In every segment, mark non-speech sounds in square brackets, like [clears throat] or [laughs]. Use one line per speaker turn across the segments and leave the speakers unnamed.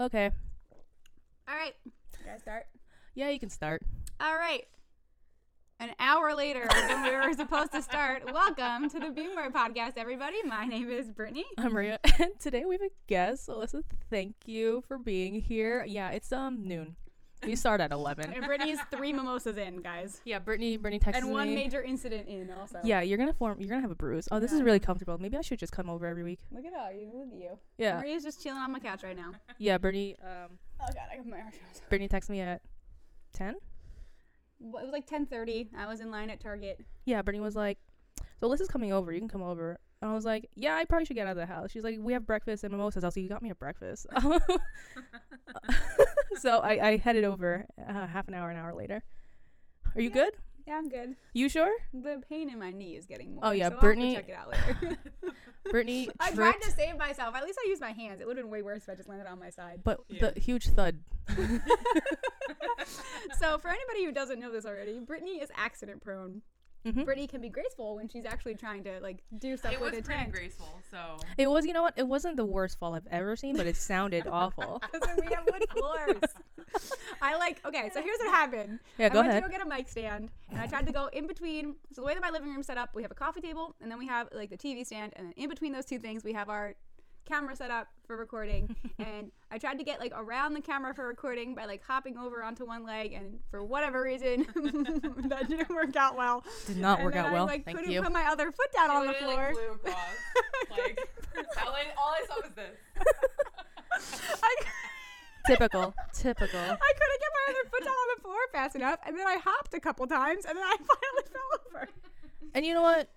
Okay.
All right.
Can I start?
Yeah, you can [laughs] start.
All right. An hour later than we were supposed to [laughs] start. Welcome to the Beamer Podcast, everybody. My name is Brittany.
I'm Maria. [laughs] And today we have a guest. Alyssa, thank you for being here. Yeah, it's um noon. We start at eleven.
And Brittany is three mimosas in, guys.
[laughs] yeah, Brittany Brittany texted
And one
me.
major incident in also.
yeah, you're gonna form you're gonna have a bruise. Oh, this is
Yeah.
really comfortable. Maybe I should just come over every week.
Look at all you. Look at you.
Yeah.
Maria's just chilling on my couch right now.
Yeah, Brittany um
Oh god, I got my arm.
Brittany texted me at ten.
Well, It was like 10:30. I was in line at Target.
Yeah, Brittany was like, So Alyssa's coming over, you can come over. And I was like, Yeah, I probably should get out of the house. She's like, We have breakfast and mimosas. I was like, You got me a breakfast. [laughs] so I, I headed over uh, half an hour, an hour later. Are you
Yeah.
good?
Yeah, I'm good.
You sure?
The pain in my knee is getting more.
Oh, yeah,
so
Brittany-
I'll have to check it out later. [laughs]
Brittany
I tried
tripped,
to save myself. At least I used my hands. It would have been way worse if I just landed on my side.
but
Yeah.
the huge thud.
[laughs] so for anybody who doesn't know this already, Brittany is accident prone.
Mhm.
Brittany can be graceful when she's actually trying to like do stuff
It was
with
pretty
intent.
graceful, so
It was, you know what? It wasn't the worst fall I've ever seen, but it
[laughs]
sounded awful.
Because we have
[laughs]
wood floors. I like okay, so here's what happened.
Yeah, go
I went
ahead.
to go get a mic stand and I tried to go in between so the way that my living room's set up, we have a coffee table and then we have like the TV stand and then in between those two things we have our camera set up
[laughs]
for recording and I tried to get like around the camera for recording by like hopping over onto one leg and for whatever reason [laughs] that didn't work out well.
Did not
and
work
then
out
I
well.
like
Thank
couldn't
you.
[laughs] put my other foot down on the
Literally,
floor.
Like, flew across. like [laughs] all I, all I saw was this.
[laughs] I,
Typical. Typical.
I couldn't get my other foot down on the floor fast enough, and then I hopped a couple times, and then I [laughs] finally fell over.
And you know what?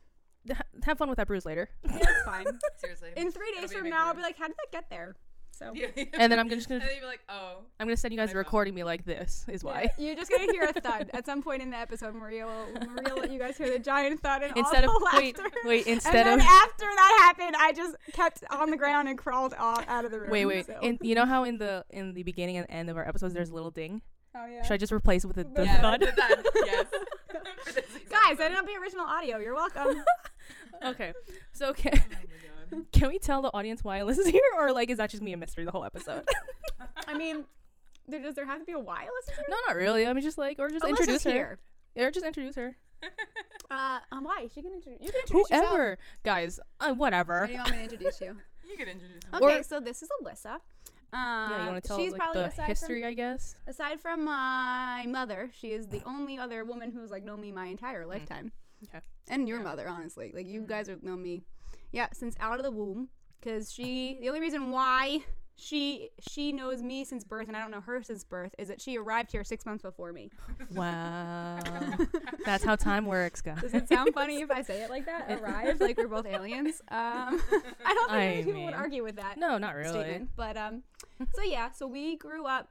H- have fun with that bruise later.
It's fine.
Seriously.
In three days
It'll be
from
big
now, I'll
bruise.
be like, how did that get there? So
[laughs] Yeah.
And then I'm just gonna-
And then you'd be like, oh,
I'm gonna send you guys a
I know.
recording me like this is why.
[laughs] you're just gonna hear a thud at some point in the episode. Maria will, Maria will let you guys
[laughs]
hear the giant thud and
Instead of
all the
wait,
laughter.
wait,
and
instead
then
of
after that happened, I just kept on the ground and crawled out, out of the room.
Wait, wait.
so-
In, you know how in the in the beginning and end of our episodes there's a little ding?
oh yeah.
Should I just replace it with a, the
yeah,
thud? [laughs]
the thud, yes. For this
Guys,
episode.
that didn't be original audio. You're welcome.
[laughs] okay. So can,
Oh my god.
can we tell the audience why Alyssa's [laughs] here or like is that just me a mystery the whole
[laughs]
episode?
I mean, there, does there have to be a why listener?
no, not really. I mean just like or just
Alyssa's
introduce her.
here.
Or just introduce her.
Uh, um, why? She can introduce. You can introduce
Whoever. Guys, uh, whatever.
Yourself. Or you want me to introduce you?
You could introduce me.
[laughs]
Okay,
Or-
so this is Alyssa. Uh,
yeah, you want to tell
she's
like
probably
the
aside
history, I
[laughs]
guess.
From, aside from my mother, she is the only other woman who's like known me my entire lifetime.
Mm. Okay. Mm.
And your mother, honestly, like you guys have known me, yeah, since out of the womb. Because she, the only reason why she she knows me since birth, and I don't know her since birth, is that she arrived here six months before me. [laughs]
Wow. That's how time works, guys.
Does it sound funny if I say it like that? Arrived, like we're both aliens. Um, [laughs] I don't think
I
many people would
mean,
argue with
[laughs]
that
No, not really.
statement. But um, so yeah, so we grew up.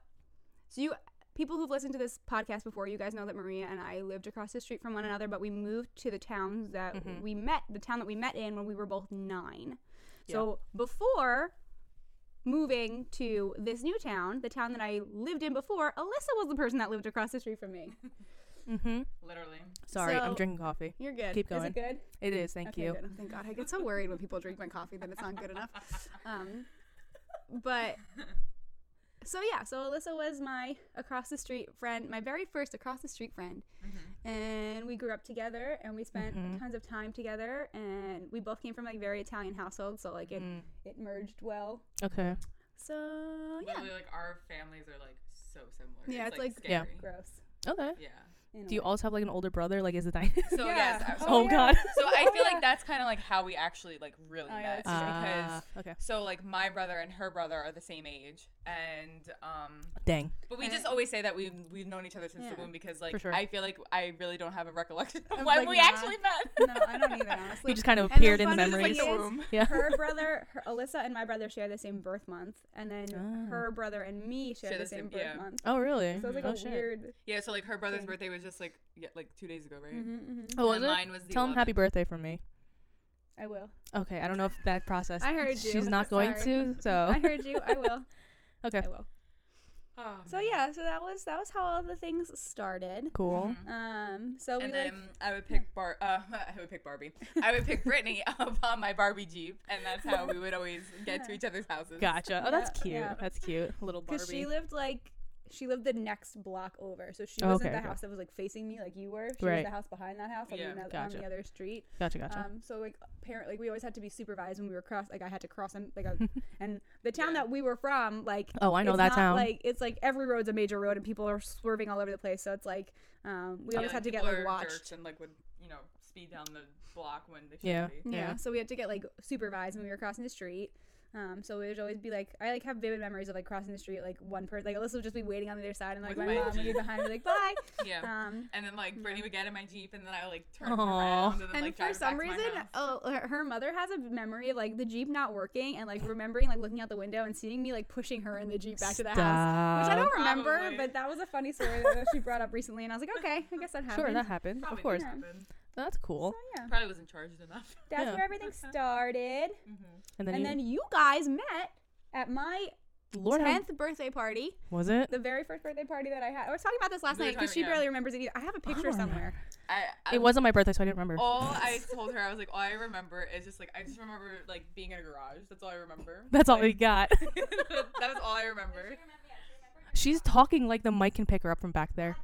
So you people who've listened to this podcast before, you guys know that Maria and I lived across the street from one another, but we moved to the town that
Mhm.
we met, the town that we met in when we were both nine. So before moving to this new town, the town that I lived in before, Alyssa was the person that lived across the street from me.
Mhm.
Literally.
Sorry, I'm
So-
drinking coffee.
You're good.
Keep
Is
going.
it good?
It is, thank
Okay,
you.
good. Thank God. I get so worried when people drink my coffee that it's not good enough. Um, but so yeah, so Alyssa was my across the street friend, my very first across the street friend, Mm-hmm. and we grew up together and we spent
Mhm.
tons of time together, and we both came from like very Italian households, so like it
Mm.
it merged well.
Okay.
So Oh, yeah,
Literally, like our families are like so similar.
Yeah,
it's,
it's
like,
like-
Yeah.
scary.
gross.
Okay.
Yeah.
in a
Do you
way.
also have like an older brother? Like, is it
[laughs]
that?
So
Yeah.
yes. I- So,
Hmm. Oh,
yeah.
God.
so I feel
yeah.
like that's kind of like how we actually like really
Oh, yeah,
met
that's
because
Ah, okay.
so like my brother and her brother are the same age and um
Dang.
But we
And
just
it-
always say that we've we've known each other since
Yeah.
the womb because like
For sure.
I feel like I really don't have a recollection of
Of,
when
like,
we
nah.
actually met. [laughs]
No,
[laughs]
I don't either. Honestly,
We just kind of
And the
appeared in the
funny thing
memories.
is-
Yeah.
her brother, her, Alyssa, and my brother share the same birth month, and then
Ah.
her brother and me share, the, same, birth
yeah.
month.
Oh, really?
So it's like
oh,
a weird.
yeah, so like her brother's
Same.
birthday was just like yeah, like two days ago,
Mm-hmm.
right?
Oh,
And
was it?
mine was the
Tell him
11th.
happy birthday from me.
I will.
Okay, I don't know if that process.
[laughs] I heard you.
She's not going
Sorry.
to, so.
[laughs] I heard you. I will.
[laughs] Okay.
I will.
Oh,
So yeah, so that was that was how all the things started.
Cool.
Um, so we like
Mm-hmm. and then I would pick Bar. Uh, [laughs] I would pick Barbie. I would pick Brittany [laughs] up on my Barbie Jeep, and that's how we would always
[laughs]
get to each other's houses.
Gotcha. Oh, that's
Yeah,
cute.
yeah.
That's cute. Little Barbie.
because she lived like she lived the next block over, so she wasn't
Okay,
the
okay.
house that was like facing me like you were. She
Right.
was the house behind that house, like
Yeah.
on, the, on
Gotcha.
the other street.
gotcha. Gotcha.
Um, so like apparently like, we always had to be supervised when we were cross. Like I had to cross and
[laughs]
like a, and the town that we were from, like
oh, I know
it's
that
not
town.
Like it's like every road's a major road and people are swerving all over the place. So it's like um, we
Yeah,
always had to get
people
like
are
watched.
jerks and like would you know speed down the block when they should
Yeah.
be.
Yeah.
Yeah.
So we had to get like supervised when we were crossing the street. Um, so it would always be like I like have vivid memories of like crossing the street like one person like Alyssa would just be waiting on the other side and like my
With my-
mom would be behind me like bye.
Yeah.
Um,
And then like Brittany would get in my Jeep, and then I would, like turn
Aw.
around and then
and
like drive
for
it
some
back to my
reason,
house.
oh, her- her mother has a memory of like the jeep not working and like remembering like looking out the window and seeing me like pushing her in the jeep back to the house, which I
Stop.
don't remember.
Probably.
But that was a funny story that she brought up recently, and I was like, okay, I guess that happened.
Sure, that happened.
Probably
Of course. Oh,
did happen.
That's cool.
So yeah,
Probably wasn't charged enough.
that's
Yeah.
where everything started.
And then,
And
you,
then you guys met at my
Lord, how-
10th birthday party,
was it?
[laughs] the very first birthday party that I had. I was talking about this last
We were
night because she
talking- yeah.
barely remembers it either. I have a picture
don't
somewhere.
I, I,
It wasn't my birthday, so I didn't remember.
Oh,
All [laughs] I told her, I was like, all I remember is just like I just remember like being in a garage. That's all I [laughs] remember.
That's all
Like,
we got.
that is all I remember.
She's talking like the mic can pick her up from back there.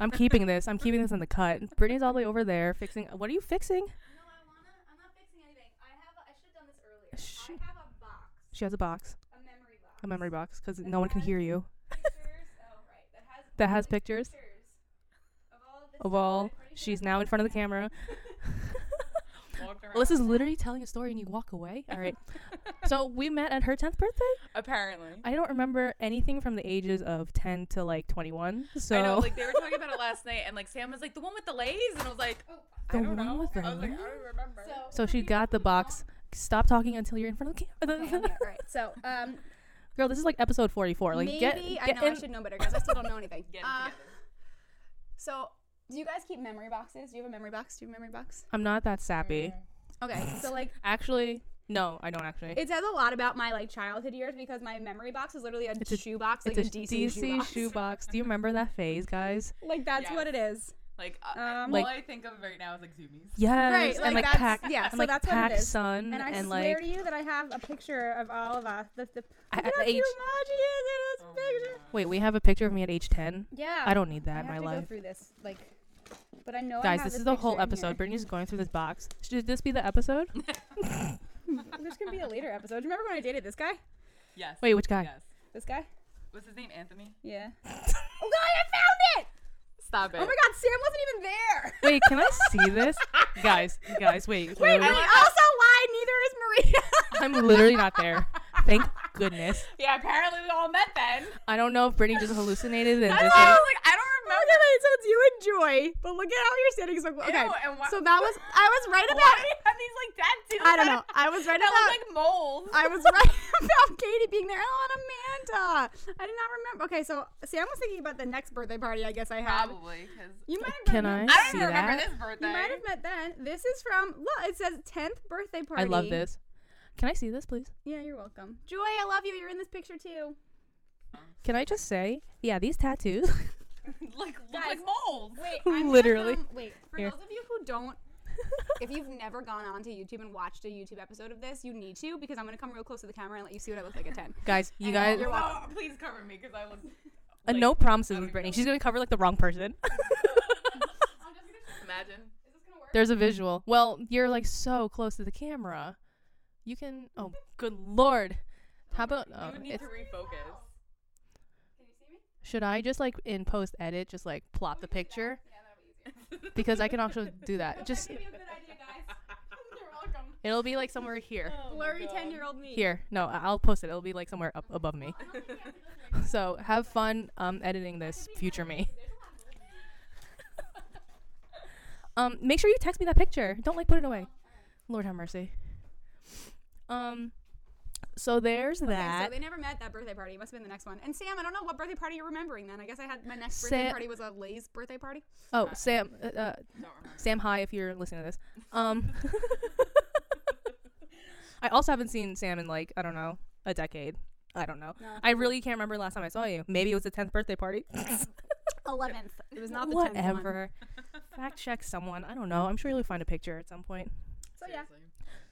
I'm keeping this. I'm keeping this in the cut. Brittany's all the way over there fixing. What are you
No,
fixing?
I wanna. I'm not fixing anything. I have. A, I should have done this earlier.
Shit.
I have a box,
She has a box,
a memory box.
a memory box, because no one can hear you.
Pictures. oh right, that has.
That has
all the
pictures?
pictures of all of this. stuff
Of all,
that I've already
she's
done.
now in front of the camera.
[laughs] Walked around.
Alyssa's literally telling a story and you walk away. All right. [laughs] So we met at her 10th birthday.
Apparently.
I don't remember anything from the ages of 10 to like 21. So
I know, like they were talking about it last night, and like Sam was like the one with the lays, and I was like,
The
I don't
one
know.
with the
I was like, I
lays?
don't remember.
[laughs] So,
[laughs]
[laughs]
so she got the box. Stop talking until you're in front of the [laughs]
Okay,
camera.
okay, all right. So, um,
Girl, this is like episode 44. [laughs] Like
maybe
get,
I
get
know I
in-
should know better because I still don't
[laughs]
know anything.
Get it
Uh,
together.
so, do you guys keep memory boxes? Do you have a memory box? Do you have a
[laughs]
memory box?
I'm not that sappy.
Okay, so like
Actually, no, I don't actually.
it says a lot about my like childhood years because my memory box is literally a
a-
shoe box, like
it's
a,
a
DC, shoe box.
shoebox. Do you remember that phase, guys?
[laughs] Like that's
Yeah.
what it is.
Like, uh,
Um,
all
Like-
I think of right now is like zoomies.
Yes.
Right, like,
and like
that's-
packed,
yeah,
and
so
like
that's what it
packed
is.
sun,
And I
Mm, and
swear
like
to you that I have a picture of all of us. The, the,
I-
Look
I-
how
age-
cute Maji is in
Oh
this
my
picture.
God.
wait, we have a picture of me at age 10.
Yeah.
I don't need
I
that in
have
my
to
life.
go through this, like, but I know. I
Guys,
have
this
this
is the whole
picture in
episode. Brittany's going through this
[laughs]
box. Should this be the episode?
here. This could be a later episode. Do you remember when I dated this guy?
Yes.
Wait, which guy?
Yes.
This guy?
What's his name? Anthony. [laughs]
Yeah. oh god, I found it!
Stop it.
Oh my god, Sam wasn't even there.
Wait, can I see
[laughs]
this? guys, guys, wait.
Wait,
literally-
we also lied. Neither is Maria. [laughs]
I'm literally not there. Thank goodness.
Yeah. Apparently, we all met [laughs] then.
I don't know if Brittany just hallucinated and
That's
this
why I
is
was like, I don't remember.
okay, wait. So it's you and Joy, but look at how you're standing. So okay.
Ew, and why-
so that was I was right
Why
about.
do we have these like tattoos? [laughs]
I don't know. I was right
That look
about.
like moles. Um,
I
[laughs]
was right [laughs] about Katie being there. Oh, and Amanda. I did not remember. Okay, so Sam was thinking about the next birthday party. I guess I had.
Probably because
You might have.
Can I?
met-
I don't
see
even remember
that?
this birthday.
You
[laughs]
might have met then. This is from look. It says tenth birthday party.
I love this. Can I see this, please?
Yeah, you're welcome. Joy, I love you. You're in this picture too.
Can I just say, yeah, these tattoos. [laughs]
like look like moles.
Wait,
I'm gonna Literally.
Gonna, wait, for
Here.
those of you who don't, if you've never gone onto YouTube and watched a YouTube episode of this, you need to because I'm gonna come real close to the camera and let you see what I look like at 10.
guys, you guys,
You're
[laughs] Oh,
welcome.
please cover me because I look.
uh,
like,
no promises
I don't
with Brittany.
even
She's gonna cover like the wrong person.
Imagine.
There's a visual. Well, you're like so close to the camera. You can. Oh, good lord. How about?
I
Oh,
would need
it's,
to refocus.
should I just like in post edit just like plop the picture? Because I can also do that. Just
[laughs]
it'll be like somewhere here.
Blurry 10 year old me.
Here. No, I- I'll post it. It'll be like somewhere up above
[laughs]
me. so have fun um editing this future
[laughs]
me. Um, make sure you text me that picture. Don't like put it away. Lord have mercy. Um, so there's
Okay, so
that.
they never met that birthday party. It must have been the next one. And Sam, I don't know what birthday party you're remembering then. I guess I had my next birthday
Sa-
party was a Lay's birthday party.
Oh, Sam, uh, uh,
Don't remember.
Sam, hi if you're listening to this. Um, [laughs] I also haven't seen Sam in like I don't know a decade. I don't know.
No.
I really can't remember last time I saw you. Maybe it was the 10th birthday party. [laughs]
Eleventh. It was not the tenth one.
Whatever. Fact check someone. I don't know. I'm sure you'll find a picture at some point.
So yeah.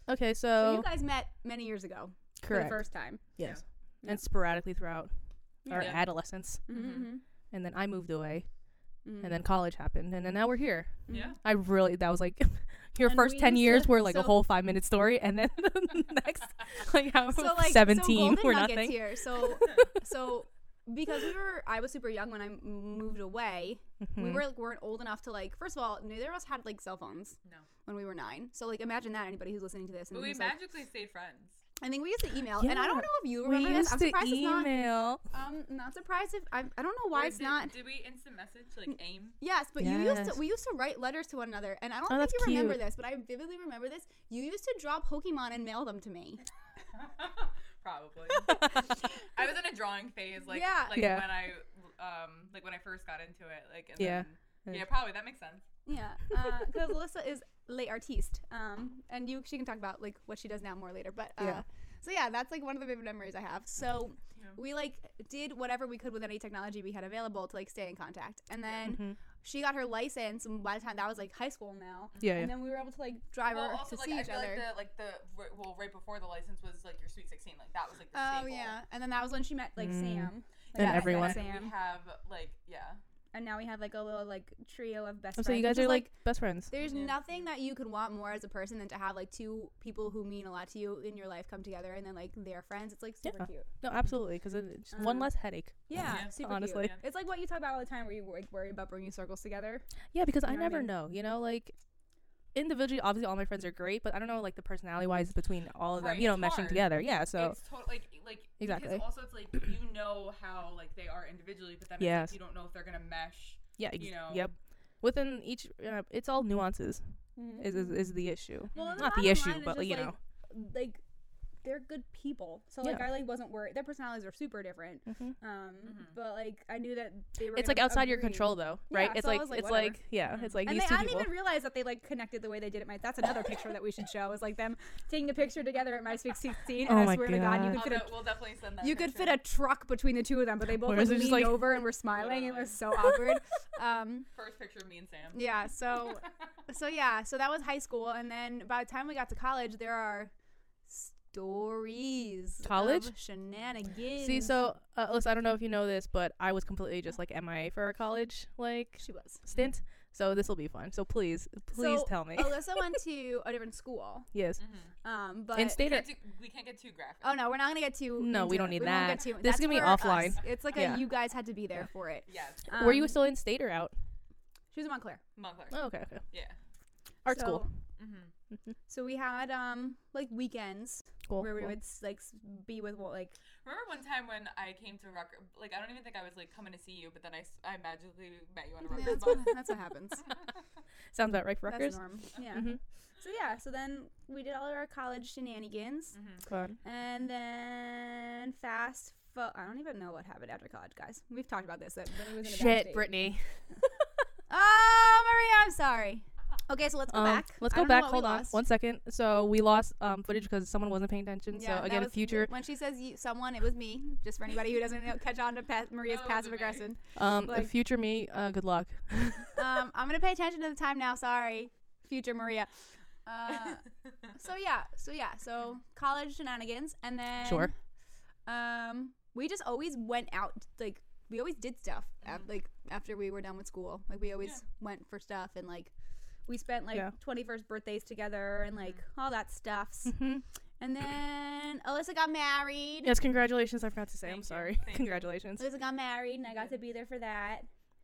Okay,
So
so,
you guys met many years ago for
correct.
the first time.
yes.
Yeah.
And sporadically throughout our
Yeah.
adolescence.
Mhm.
And then I moved away.
Mhm.
And then college happened. And then now we're here.
Yeah.
I really that was like [laughs] your
And
first
we
ten
used
years
[laughs] to-
were like a
so-
whole five minute story, and then [laughs]
[laughs]
the next like how
so like so
seventeen
golden
or
nuggets
nothing.
here.
[laughs]
So so because we were I was super young when I m- moved away. We
Mhm.
were like weren't old enough to like first of all, neither of us had like cell phones.
No.
When we were nine. So like imagine that anybody who's listening to this and
But we
who's, like,
magically stayed friends.
I think we used to email and I don't
Yeah.
know if you
We
remember this.
used
I'm
to
surprised it's not
email.
um not surprised if I I don't know why
Or
it's
did,
not
Did we instant message like aim? [laughs]
Yes, but you used
Yes.
to we used to write letters to one another, and I don't
Oh,
think
that's
you remember
cute.
this, but I vividly remember this. You used to draw Pokemon and mail them to me.
[laughs] Probably. I was in a drawing phase, like
Yeah.
like
Yeah.
when I um like when I first got into it, like and
Yeah.
Then,
Yeah.
yeah, probably that makes sense.
Yeah, because Alyssa is late artiste, um, and you she can talk about like what she does now more later. But uh,
Yeah.
so yeah, that's like one of the vivid memories I have. So
Yeah.
we like did whatever we could with any technology we had available to like stay in contact, and then
Mhm.
she got her license. And by the time that was like high school now,
Yeah, yeah.
and then we were able to like drive
Well,
her
also
to
like
see
I
each
feel
other.
like the like the r- well right before the license was like your sweet sixteen, like that was like the
oh
staple.
yeah, and then that was when she met like
Mm.
Sam.
And
that's when I
everyone.
met
then we have like yeah.
and now we have like a little like trio of best
Oh,
friends.
so you guys
which
are
is,
like best friends.
there's
Yeah.
nothing that you could want more as a person than to have like two people who mean a lot to you in your life come together and then like they're friends. It's like super
Yeah.
cute.
No, absolutely, because it's just one
Um,
less headache.
Yeah,
Yeah.
super
Honestly.
cute. It's like what you talk about all the time where you like worry about bringing circles together.
Yeah, because I
know what I
never
mean?
know. You know, like individually, obviously, all my friends are great, but I don't know like the personality wise
Mm-hmm.
between all of them.
Right,
you know,
it's
meshing
hard.
together. Yeah. So
it's totally like e, like
Exactly.
Because also it's like you know how like they are individually, but then it's,
Yes.
like, you don't know if they're gonna mesh.
yeah, ex-
you know.
yep. Within each, uh, it's all nuances. Is, is is the issue?
Mm-hmm. Well, and
Not the
bottom
issue,
line is
but
just,
you
like,
know.
like they're good people. So
Yeah.
like I like wasn't worried. Their personalities are super different.
Mhm.
Um, but like I knew that they were.
It's
gonna
like outside your
agree.
control, though, right?
Yeah,
it's
so I
like,
was like,
it's
whatever. Mm.
like yeah, it's like
And
these
they,
two
I didn't
people.
even realize that they like connected the way they did at my. That's another picture that we should show. Is like them taking the picture together at my 16. and
Oh
I
my
swear to God, you
God.
could fit
Although,
a,
we'll definitely send that.
you could
picture.
fit a truck between the two of them, but they both
Where
like,
is it
leaned
just like-
over [laughs] and were smiling. It was so [laughs] awkward. Um,
first picture of me and Sam.
yeah. [laughs] So, so yeah. So that was high school, and then by the time we got to college, there are stories.
College?
of shenanigans.
See, so uh, Alyssa, I don't know if you know this, but I was completely just like MIA for our college like
she was.
stint. So this will be fun. So please, please
Mm-hmm. So, oh,
tell me.
Alyssa went to a different school,
yes,
um, but
in state or
Can't do- we can't get too graphic.
Oh no, we're not gonna get too.
No, we
into
don't
it.
need
won't
that.
get too-
This is
that's
gonna be
for us.
offline.
It's like
Yeah.
a you guys had to be there for it.
Yes,
were you
Um,
still in state or out?
She was in Montclair.
Montclair.
Oh, okay, okay.
Yeah.
Art
so,
school.
Mm-hmm.
So we had um like weekends
Cool.
where we
cool.
would s- like s- be with well, like
Remember one time when I came to Rucker? Like I don't even think I was like coming to see you, but then I, s- I magically met you on a
yeah,
Rucker
that's,
[laughs]
what, that's what [laughs] happens.
Sounds about right for
That's
Rutgers.
norm. Yeah.
Mhm.
So yeah, so then we did all of our college shenanigans,
Fun.
and then fast. Fo- I don't even know what happened after college, guys. We've talked about this. That Brittany was in a bad
Shit,
state.
Brittany.
Oh, Maria, I'm sorry. Okay, so let's go
Um,
back.
Let's
I
go
don't know
back.
what we
Hold on
lost.
one second. So we lost um, footage because someone wasn't paying attention.
Yeah,
so
that
again,
was-
future.
When she says you, someone, it was me. Just for anybody who doesn't know, catch on to pa- Maria's
That was
passive
me.
aggressive.
Um,
like-
future me. Uh, good luck.
Um, I'm gonna pay attention to the time now. Sorry, future [laughs] Maria. Uh, so yeah, so yeah, so college shenanigans, and then
Sure.
Um, we just always went out. Like we always did stuff. af- like after we were done with school, like we always went for stuff and like. We spent like
Yeah.
21st birthdays together and like all that stuffs.
Mhm.
And then Alyssa got married.
Yes, congratulations. I forgot to say.
Thank
I'm
you,
sorry.
thank you.
congratulations.
Liz got married, and I got to be there for that.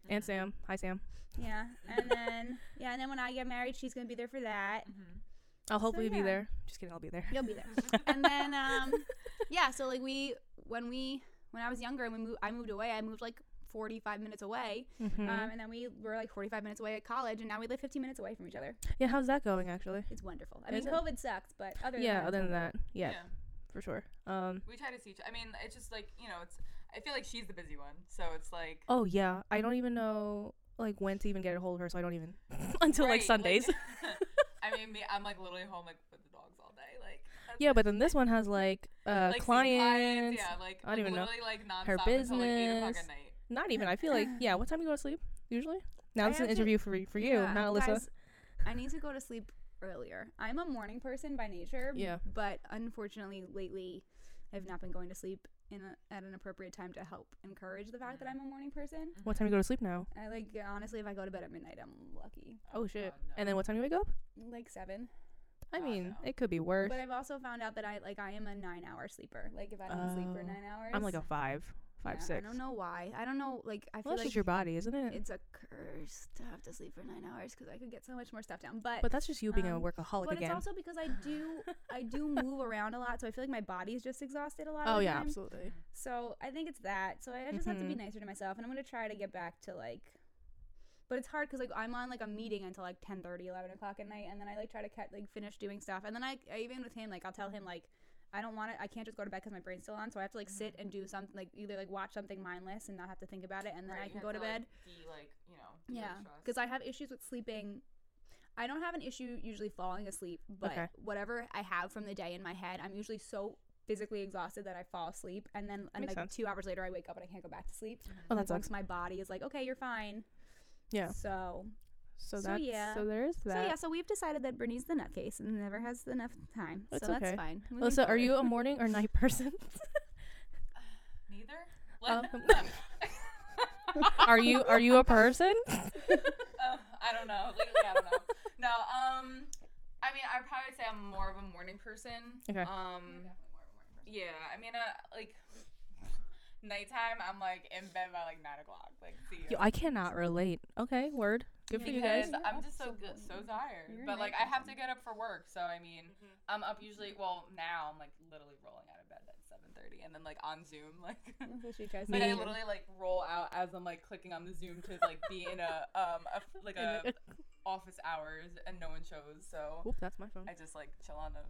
And Sam. Hi, Sam.
Yeah, and then yeah, and then when I get married, she's gonna be there for that.
I'll hopefully
yeah.
be there. Just kidding. I'll be there.
You'll be there. and then um, [laughs] yeah, so like we when we when I was younger and we moved, I moved away. I moved like. 45 minutes away
Mhm.
um, and then we were like 45 minutes away at college and now we live 15 minutes away from each other
yeah. How's that going, actually?
it's wonderful i mean
Is it?
covid sucks but other
Yeah.
than that,
Other than that, yeah,
Yeah.
for sure. Um.
we try to see each. I mean, it's just like you know, it's. I feel like she's the busy one, so it's like.
Oh yeah. I don't even know like when to even get a hold of her. So I don't even [laughs] until
right, [laughs]
like Sundays.
I mean, me, I'm like literally home like with the dogs all day. Like
Yeah, but then this one has like uh
like seeing
clients.
Yeah, like
I don't even know.
literally like nonstop
Her
until like eight o'clock
business.
at night.
Not even. I feel
[sighs]
like yeah. What time do you go to sleep usually? Now
I
this is an
actually-
interview for y- for you,
Yeah,
not Alyssa.
guys, I need to go to sleep earlier. I'm a morning person by nature.
Yeah.
But unfortunately, lately, I've not been going to sleep in a, at an appropriate time to help encourage the fact that I'm a morning person.
What time you go to sleep now?
I like honestly, if I go to bed at midnight, I'm lucky.
Oh shit.
no.
And then what time do you wake up?
Like seven.
I
God,
mean,
no.
it could be worse.
Oh, But I've also found out that I like I am a nine-hour sleeper. Like if I don't sleep for
Oh.
nine hours,
I'm like a five, five
yeah,
six.
I don't know why. I don't know. Like I
Well,
feel
that's
like
just your body, isn't it?
it's a curse to have to sleep for nine hours because I could get so much more stuff down. But
But that's just you being a
um,
workaholic
but
again.
it's also because I do I do
[laughs]
move around a lot, so I feel like my body's just exhausted a lot.
oh
of the
yeah,
time.
absolutely.
So I think it's that. So I I just have to be
Mm-hmm.
nicer to myself, and I'm gonna try to get back to like. But it's hard because like I'm on like a meeting until like 10, 11 o'clock at night, and then I like try to cut, like finish doing stuff, and then I, I even with him like I'll tell him like I don't want to I can't just go to bed because my brain's still on, so I have to like
Mm-hmm.
sit and do something like either like watch something mindless and not have to think about it, and then
Right,
I
you
can
have
go to bed.
Like, be like you know.
Yeah, because I have issues with sleeping. I don't have an issue usually falling asleep, but
Okay.
whatever I have from the day in my head, I'm usually so physically exhausted that I fall asleep, and then and
Makes
like
sense.
two hours later I wake up and I can't go back to sleep.
Oh,
Like,
that
once
sucks.
my body is like, okay, you're fine.
Yeah.
So
So
so
that's
yeah.
so there is that.
so yeah, so we've decided that Bernie's the nutcase and never has enough time,
That's
so
okay.
that's fine. Moving
Alyssa, are
forward.
you a morning or night
[laughs]
person? [laughs]
Neither. [laughs]
Oh.
Like,
are you are you a person?
uh, I don't know. Lately, I don't know.
[laughs]
No. Um. I mean, I probably would say I'm more of a morning person.
Okay.
Um. Yeah. I mean, uh, like nighttime, I'm like in bed by like nine o'clock. Like, see. ya.
Yo, I cannot relate. Okay, word. Good for you guys.
Because I'm just so good, so tired.
You're a
but
night
like, I have to get up for work, so I mean, I'm up usually. Well, now I'm like literally rolling out of bed at 7:30, and then like on Zoom, [laughs] like.
That's what she tries to
Like I
do.
literally like roll out as I'm like clicking on the Zoom to like be in a um a,
[laughs]
like a office hours and no one shows, so
Oop, that's my phone.
I just like chill on a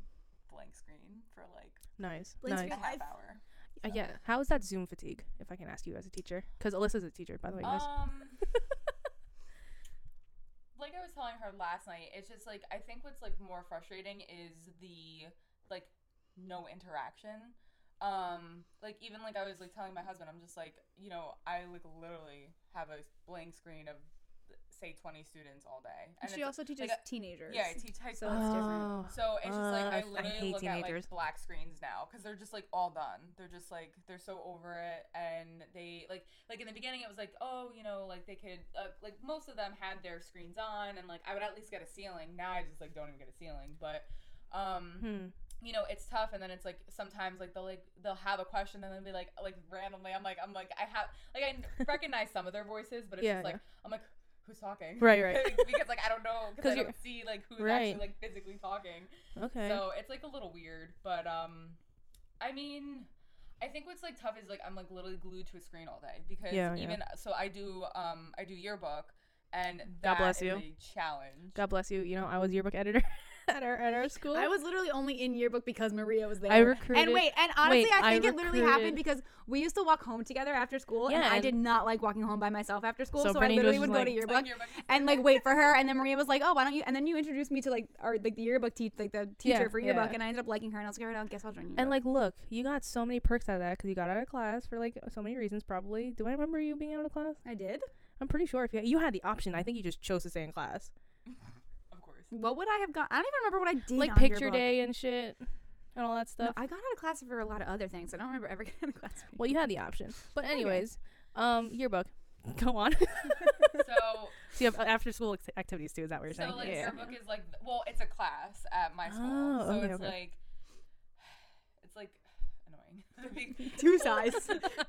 blank screen for like
Nice.
Blake's
nice.
a
Yeah,
half
I've-
hour.
Uh, yeah. How is that Zoom fatigue? If I can ask you as a teacher, because Alyssa's a teacher, by the way. guys.
[laughs]
Um, like I was telling her last night, it's just like I think what's like more frustrating is the like no interaction. Um, like even like I was like telling my husband, I'm just like you know I like literally have a blank screen of say 20 students all day.
And she
it's-
also teaches
like,
teenagers.
yeah, I teach high
So
school.
it's different.
Oh,
So it's just
Uh,
like I
I
literally
hate
look
teenagers.
at like black screens now because they're just like all done. They're just like they're so over it, and they like like in the beginning it was like oh you know like they could uh, like most of them had their screens on and like I would at least get a ceiling. Now I just like don't even get a ceiling, but um
hmm.
you know it's tough and then it's like sometimes like they'll like they'll have a question and then be like like randomly i'm like i'm like i have like
[laughs]
i recognize some of their voices but it's
Yeah,
just like
yeah.
i'm like who's talking
Right, right.
[laughs] because like i don't know
'Cause
because i
you're-
don't see like who's
Right.
actually like physically talking
[laughs] Okay.
so it's like a little weird but um i mean i think what's like tough is like i'm like literally glued to a screen all day because
Yeah, yeah.
even so i do um i do yearbook and
God
that
bless
is
you.
a challenge
God bless you. You know, I was yearbook editor [laughs] at our at our school.
I was literally only in yearbook because Maria was there.
recruited-
And wait, and honestly,
wait, I
I think it literally happened
recruited-
because we used to walk home together after school, and
Yeah,
I
and-
did not like walking home by myself after school,
So
so, I
Brittany
literally
was
would
just
go to
like-
yearbook.
Like, yearbook is-
and like wait for her, and then Maria was like, "Oh, why don't you?" And then you introduced me to like our like the yearbook teacher, like the teacher
Yeah,
for yearbook,
yeah.
and I ended up liking her, and I was like, "All right, I guess I'll join you."
and like, look, you got so many perks out of that because you got out of class for like so many reasons. Probably. Do I remember you being out of class?
I did.
I'm pretty sure if you you had the option, I think you just chose to stay in class. [laughs]
of course
What would I have got? I don't even remember what I did.
like
on
picture
yearbook.
day and shit and all that
No,
stuff.
I got out of class for a lot of other things. I don't remember ever [laughs] getting out of class. for
well, you had the option. But anyways, um, yearbook. [laughs] Go on.
so
so you have after school ex- activities too. Is that what you're
So
saying?
like
yeah. yeah.
yearbook is like well, it's a class at my school,
Oh,
so
okay,
it's
okay.
like it's like annoying. [laughs]
[laughs]
yearbook. Two size,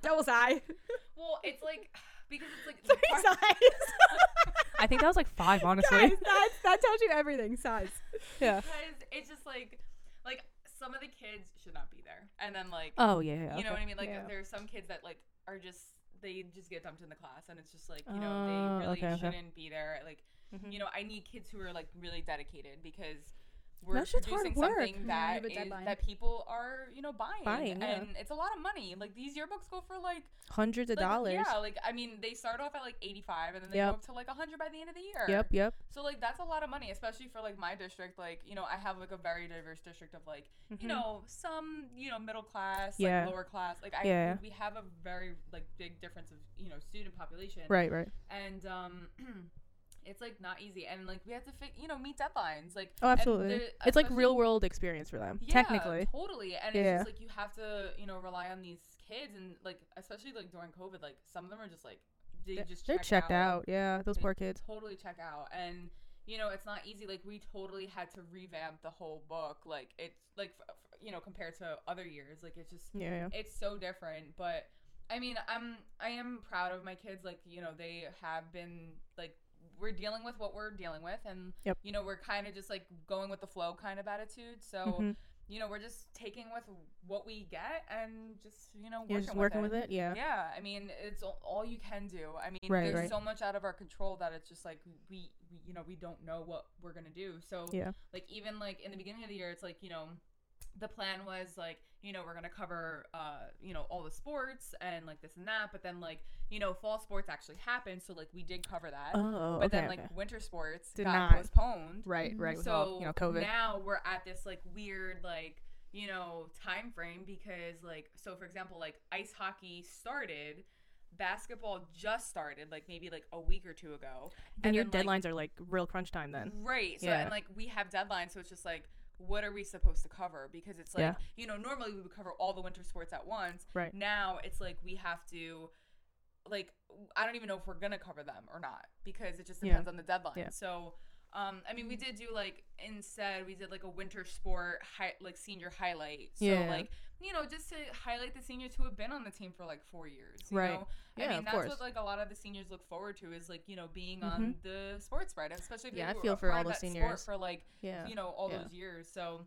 double size,
well, it's like because it's like
three
[laughs]
the part-
size.
I think that was like
[laughs]
five, honestly.
Guys, that's, that tells you everything. Size.
yeah.
because it's just like like some of the kids should not be there, and then like
Oh yeah. yeah
you
okay.
know what I mean. Like
yeah.
there's some kids that like are just they just get dumped in the class, and it's just like you
Oh,
know they really
okay, Mm-hmm. okay.
shouldn't be there. Like you know I need kids who are like really dedicated because we're
That shit's hard
producing
work.
something
you
that
have a
is-
deadline.
that people are you know buying,
Buying, yeah.
and it's a lot of money. Like these yearbooks go for like
Hundreds of
like,
dollars.
Yeah, like I mean, they start off at like eighty five, and then they
Yep.
go up to like hundred by the end of the year.
Yep, yep.
So like that's a lot of money, especially for like my district. Like you know, I have like a very diverse district of like
Mhm.
you know some you know middle class,
Yeah.
like lower class. Like I
Yeah.
we have a very like big difference of you know student population.
Right, right.
And um. [clears throat] It's like not easy, and like we have to, fi- you know, meet deadlines. Like
Oh,
and
absolutely.
the-
It's like
especially-
real world experience for them,
yeah,
technically.
Totally. And
Yeah.
it's just like you have to, you know, rely on these kids and like especially like during COVID, like some of them are just like they
They're-
just
They're
check
checked out. Yeah, those
They
poor kids.
Totally check out. And you know, it's not easy. Like we totally had to revamp the whole book. Like it's like f- f- you know, compared to other years, like it's just
Yeah, yeah.
it's so different, but I mean, I'm I am proud of my kids. Like you know, they have been like we're dealing with what we're dealing with, and
Yep.
you know we're kind of just like going with the flow kind of attitude. So
Mhm.
you know we're just taking with what we get and just you know working,
You're just working with it. Yeah.
Yeah, I mean it's all, all you can do. I mean
Right,
there's
right.
so much out of our control that it's just like we, we you know we don't know what we're gonna do. So
Yeah.
like even like in the beginning of the year it's like you know the plan was like you know we're gonna cover uh you know all the sports and like this and that but then like you know fall sports actually happened so like we did cover that
Oh,
but
okay.
then like
okay. Mm-hmm.
winter sports
Did
got
not.
postponed
Right, right. With
so
all, you know, COVID.
now we're at this like weird like you know time frame because like so for example like ice hockey started basketball just started like maybe like a week or two ago
then your
then, like,
deadlines are like real crunch time then.
Right. So
Yeah.
and like we have deadlines, so it's just like what are we supposed to cover? Because it's like
Yeah.
you know normally we would cover all the winter sports at once.
Right.
Now it's like we have to like I don't even know if we're gonna cover them or not because it just
Yeah.
depends on the deadline.
Yeah. Mm-hmm.
So. Um, I mean, we did do like instead we did like a winter sport hi- like senior highlight. So
Yeah.
like you know just to highlight the seniors who have been on the team for like four years. You
Right.
Know?
Yeah,
I mean
of
that's
course. Mm-hmm.
what like a lot of the seniors look forward to is like you know being on the sports spread, especially if
Yeah,
you
I
were
feel
a
for all
part of
those
that sport
seniors.
for like
Yeah.
you know all
yeah.
those years. So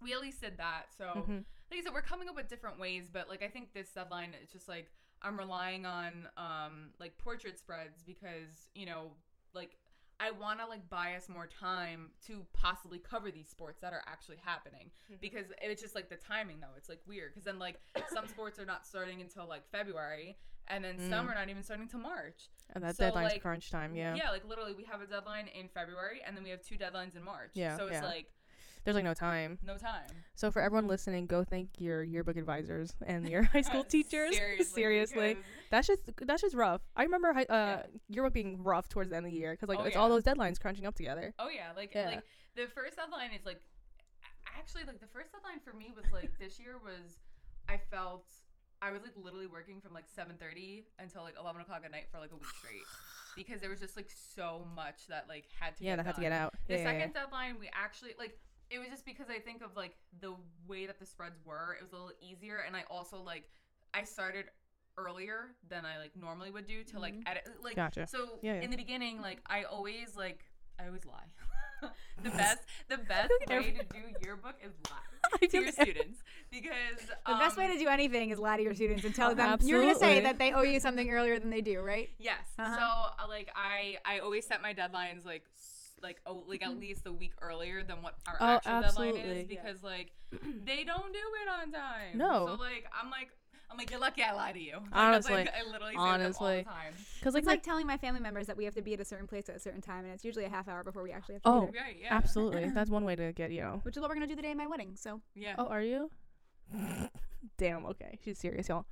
we at least did that. So
Mhm.
like I said, we're coming up with different ways, but like I think this deadline it's just like I'm relying on um like portrait spreads because you know like I want to like buy us more time to possibly cover these sports that are actually happening
Mm-hmm.
because it's just like the timing though it's like weird because then like some sports are not starting until like February and then
Mm.
some are not even starting till March.
And that
so,
deadline's
like,
crunch time. Yeah.
Yeah, like literally we have a deadline in February and then we have two deadlines in March.
Yeah,
So it's
yeah.
like
There's like no time.
no time.
So for everyone listening, go thank your yearbook advisors and your [laughs] high
[laughs]
school teachers. [laughs]
Seriously. because-
That's just that's just rough. I remember hi- uh,
Yeah.
yearbook being rough towards the end of the year because like
Oh,
it's all
yeah.
those deadlines crunching up together.
Oh yeah, like
Yeah.
like the first deadline is like a- actually like the first deadline for me was like this year was I felt I was like literally working from like seven thirty until like eleven o'clock at night for like a week straight because there was just like so much that like had to
Yeah,
get
that had to
done.
get out.
The
yeah, yeah,
second deadline, we actually like it was just because I think of like the way that the spreads were. It was a little easier, and I also like I started earlier than I like normally would do to like edit. Like
Gotcha.
so
Yeah, yeah.
in the beginning, like I always like I always lie. [laughs] the best the best way to do yearbook is lie to your students because
The best way
um,
to do anything is lie to your students and tell them you're going to say
Absolutely.
that they owe you something earlier than they do, right?
Yes.
Uh-huh.
So uh, like I I always set my deadlines like s- like oh like
[laughs]
at least a week earlier than what our
Oh,
actual deadline
absolutely.
is because like they don't do it on time.
No.
So like I'm like I'm like you're lucky I lied to you. [laughs] Like,
Honestly.
I, like, I literally say that
Honestly.
all the time.
Because
It's
like,
like
like
telling my family members that we have to be at a certain place at a certain time, and it's usually a half hour before we actually have to
oh,
be there.
Right. Yeah.
absolutely. That's one way to get you know.
Which is what we're going to do the day of my wedding. So
Yeah.
Oh, are you? [laughs] Damn. Okay, she's serious, y'all.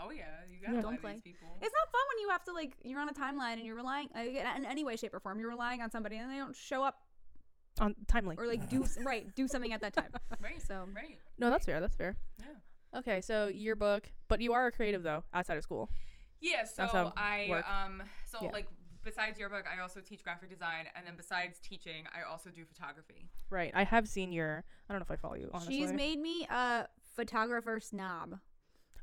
Oh yeah. You gotta
Don't
lie to
play.
these people.
it's not fun when you have to, like, you're on a timeline and you're relying, uh, in any way, shape, or form, you're relying on somebody and they don't show up
On timely.
or, like, do, right, do something at that time.
right.
So,
Right.
No, that's fair. That's fair.
Yeah.
Okay, so yearbook, but you are a creative though outside of school.
Yeah, so
how
I
work.
um so
Yeah.
like besides yearbook, I also teach graphic design and then besides teaching, I also do photography.
Right. I have seen your. I don't know if I follow you. Honestly.
she's made me a photographer snob.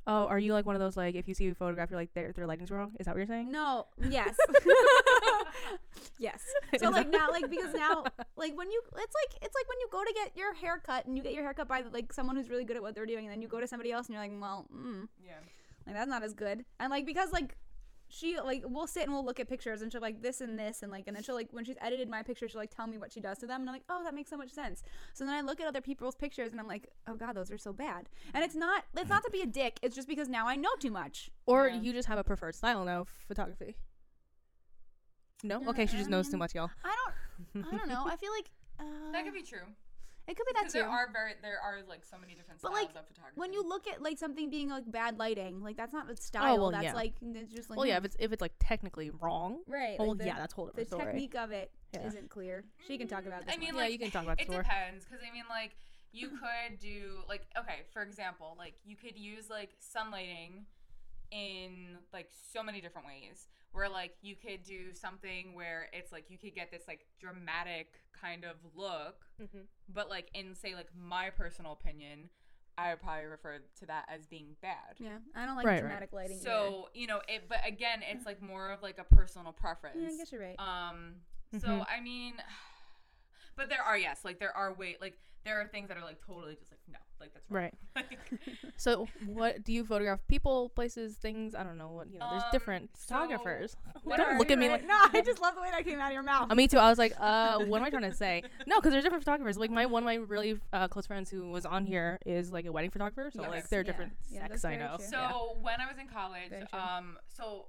Oh, are you like one of those like if you see a photograph, you're like their their lighting's wrong? Is that what you're saying?
No, [laughs] yes. [laughs] yes. So like now like because now like when you it's like it's like when you go to get your hair cut and you get your hair cut by like someone who's really good at what they're doing and then you go to somebody else and you're like, "Well, mm,
Yeah.
like that's not as good." And like because like she like we'll sit and we'll look at pictures and she'll like this and this and like and then she'll like when she's edited my picture she'll like tell me what she does to them and I'm like oh that makes so much sense so then I look at other people's pictures and I'm like oh god those are so bad and it's not it's not to be a dick it's just because now I know too much
Or
Yeah.
you just have a preferred style now, photography. No? Okay, she just knows too much, y'all.
I don't
[laughs]
I don't know I feel like uh,
That could be true.
it could be that
Because
too
there are very there are like so many different
But,
styles
like,
of photography.
when you look at like something being like bad lighting like that's not a style
Oh, well,
that's
yeah.
like it's just like
Well, yeah, if it's if it's like technically wrong.
right
Oh
like, the-
yeah, that's a whole
the
different story.
technique of it
Yeah.
not clear she can talk about
Mm,
this
I mean,
Yeah,
like
you can talk about
it
this more.
depends because I mean, like
[clears throat]
you could do like okay, for example, like you could use like sunlighting in like so many different ways. Where like you could do something where it's like you could get this like dramatic kind of look,
Mm-hmm.
Mhm.
but like in say like my personal opinion, I would probably refer to that as being bad.
Yeah, I don't like
Right, right.
dramatic lighting. either.
So you know it, but again, it's like more of like a personal preference.
yeah, I guess you're right.
Um, so
Mhm.
I mean, [sighs] but there are yes, like there are way like there are things that are like totally just like no, like that's wrong.
Right.
[laughs] Like,
So what do you photograph? People, places, things. I don't know. What you know? There's
Um,
different
so
photographers.
what
don't
are-
look at me like.
no, I just love the way that came out of your mouth.
Uh, me too. I
[laughs]
was like, uh, what am I trying to say? No, because there's different photographers. Like my one of my really uh, close friends who was on here is like a wedding photographer. So
Yes.
like they're
Yeah.
different
Yeah,
sex.
that's
I
very
know.
true.
so
[laughs] Yeah.
when I was in college,
Very true.
um, so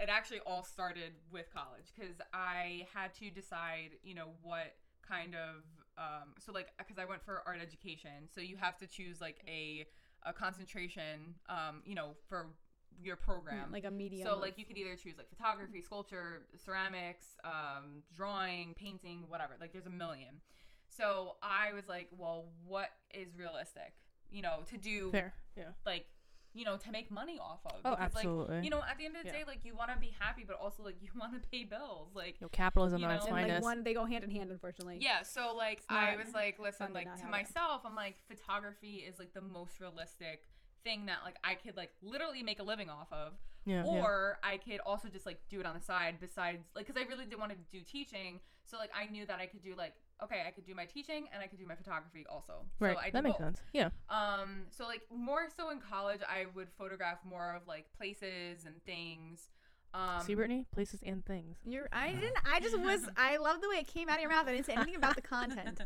it actually all started with college because I had to decide, you know, what kind of um, so like because I went for art education, so you have to choose like a a concentration, um, you know, for your program.
like a medium.
So like you could either choose like photography, sculpture, ceramics, um, drawing, painting, whatever. Like there's a million. So I was like, well, what is realistic? You know, to do
Fair. Yeah.
like, you know, to make money off of.
Oh,
Because,
absolutely.
Like, you know, at the end of the
Yeah.
day, like you want to be happy, but also like [laughs] you want to pay bills. Like,
Yo, capitalism
you
on
know,
its
and,
and,
finest.
like one, they go hand in hand, unfortunately.
yeah. So like
It's
I
not
was like, listen,
fun to
like
not
to
have it.
myself, I'm like, photography is like the most realistic thing that like I could like literally make a living off of.
yeah, yeah.
or I could also just like do it on the side besides like because I really did want to do teaching so like I knew that I could do like okay I could do my teaching and I could do my photography also
Right.
so I
that
did
makes
both.
sense. Yeah.
um so like more so in college I would photograph more of like places and things um
See, Brittany, places and things.
You're, I didn't. I just was. I love the way it came out of your mouth. I didn't say anything about the
[laughs]
content.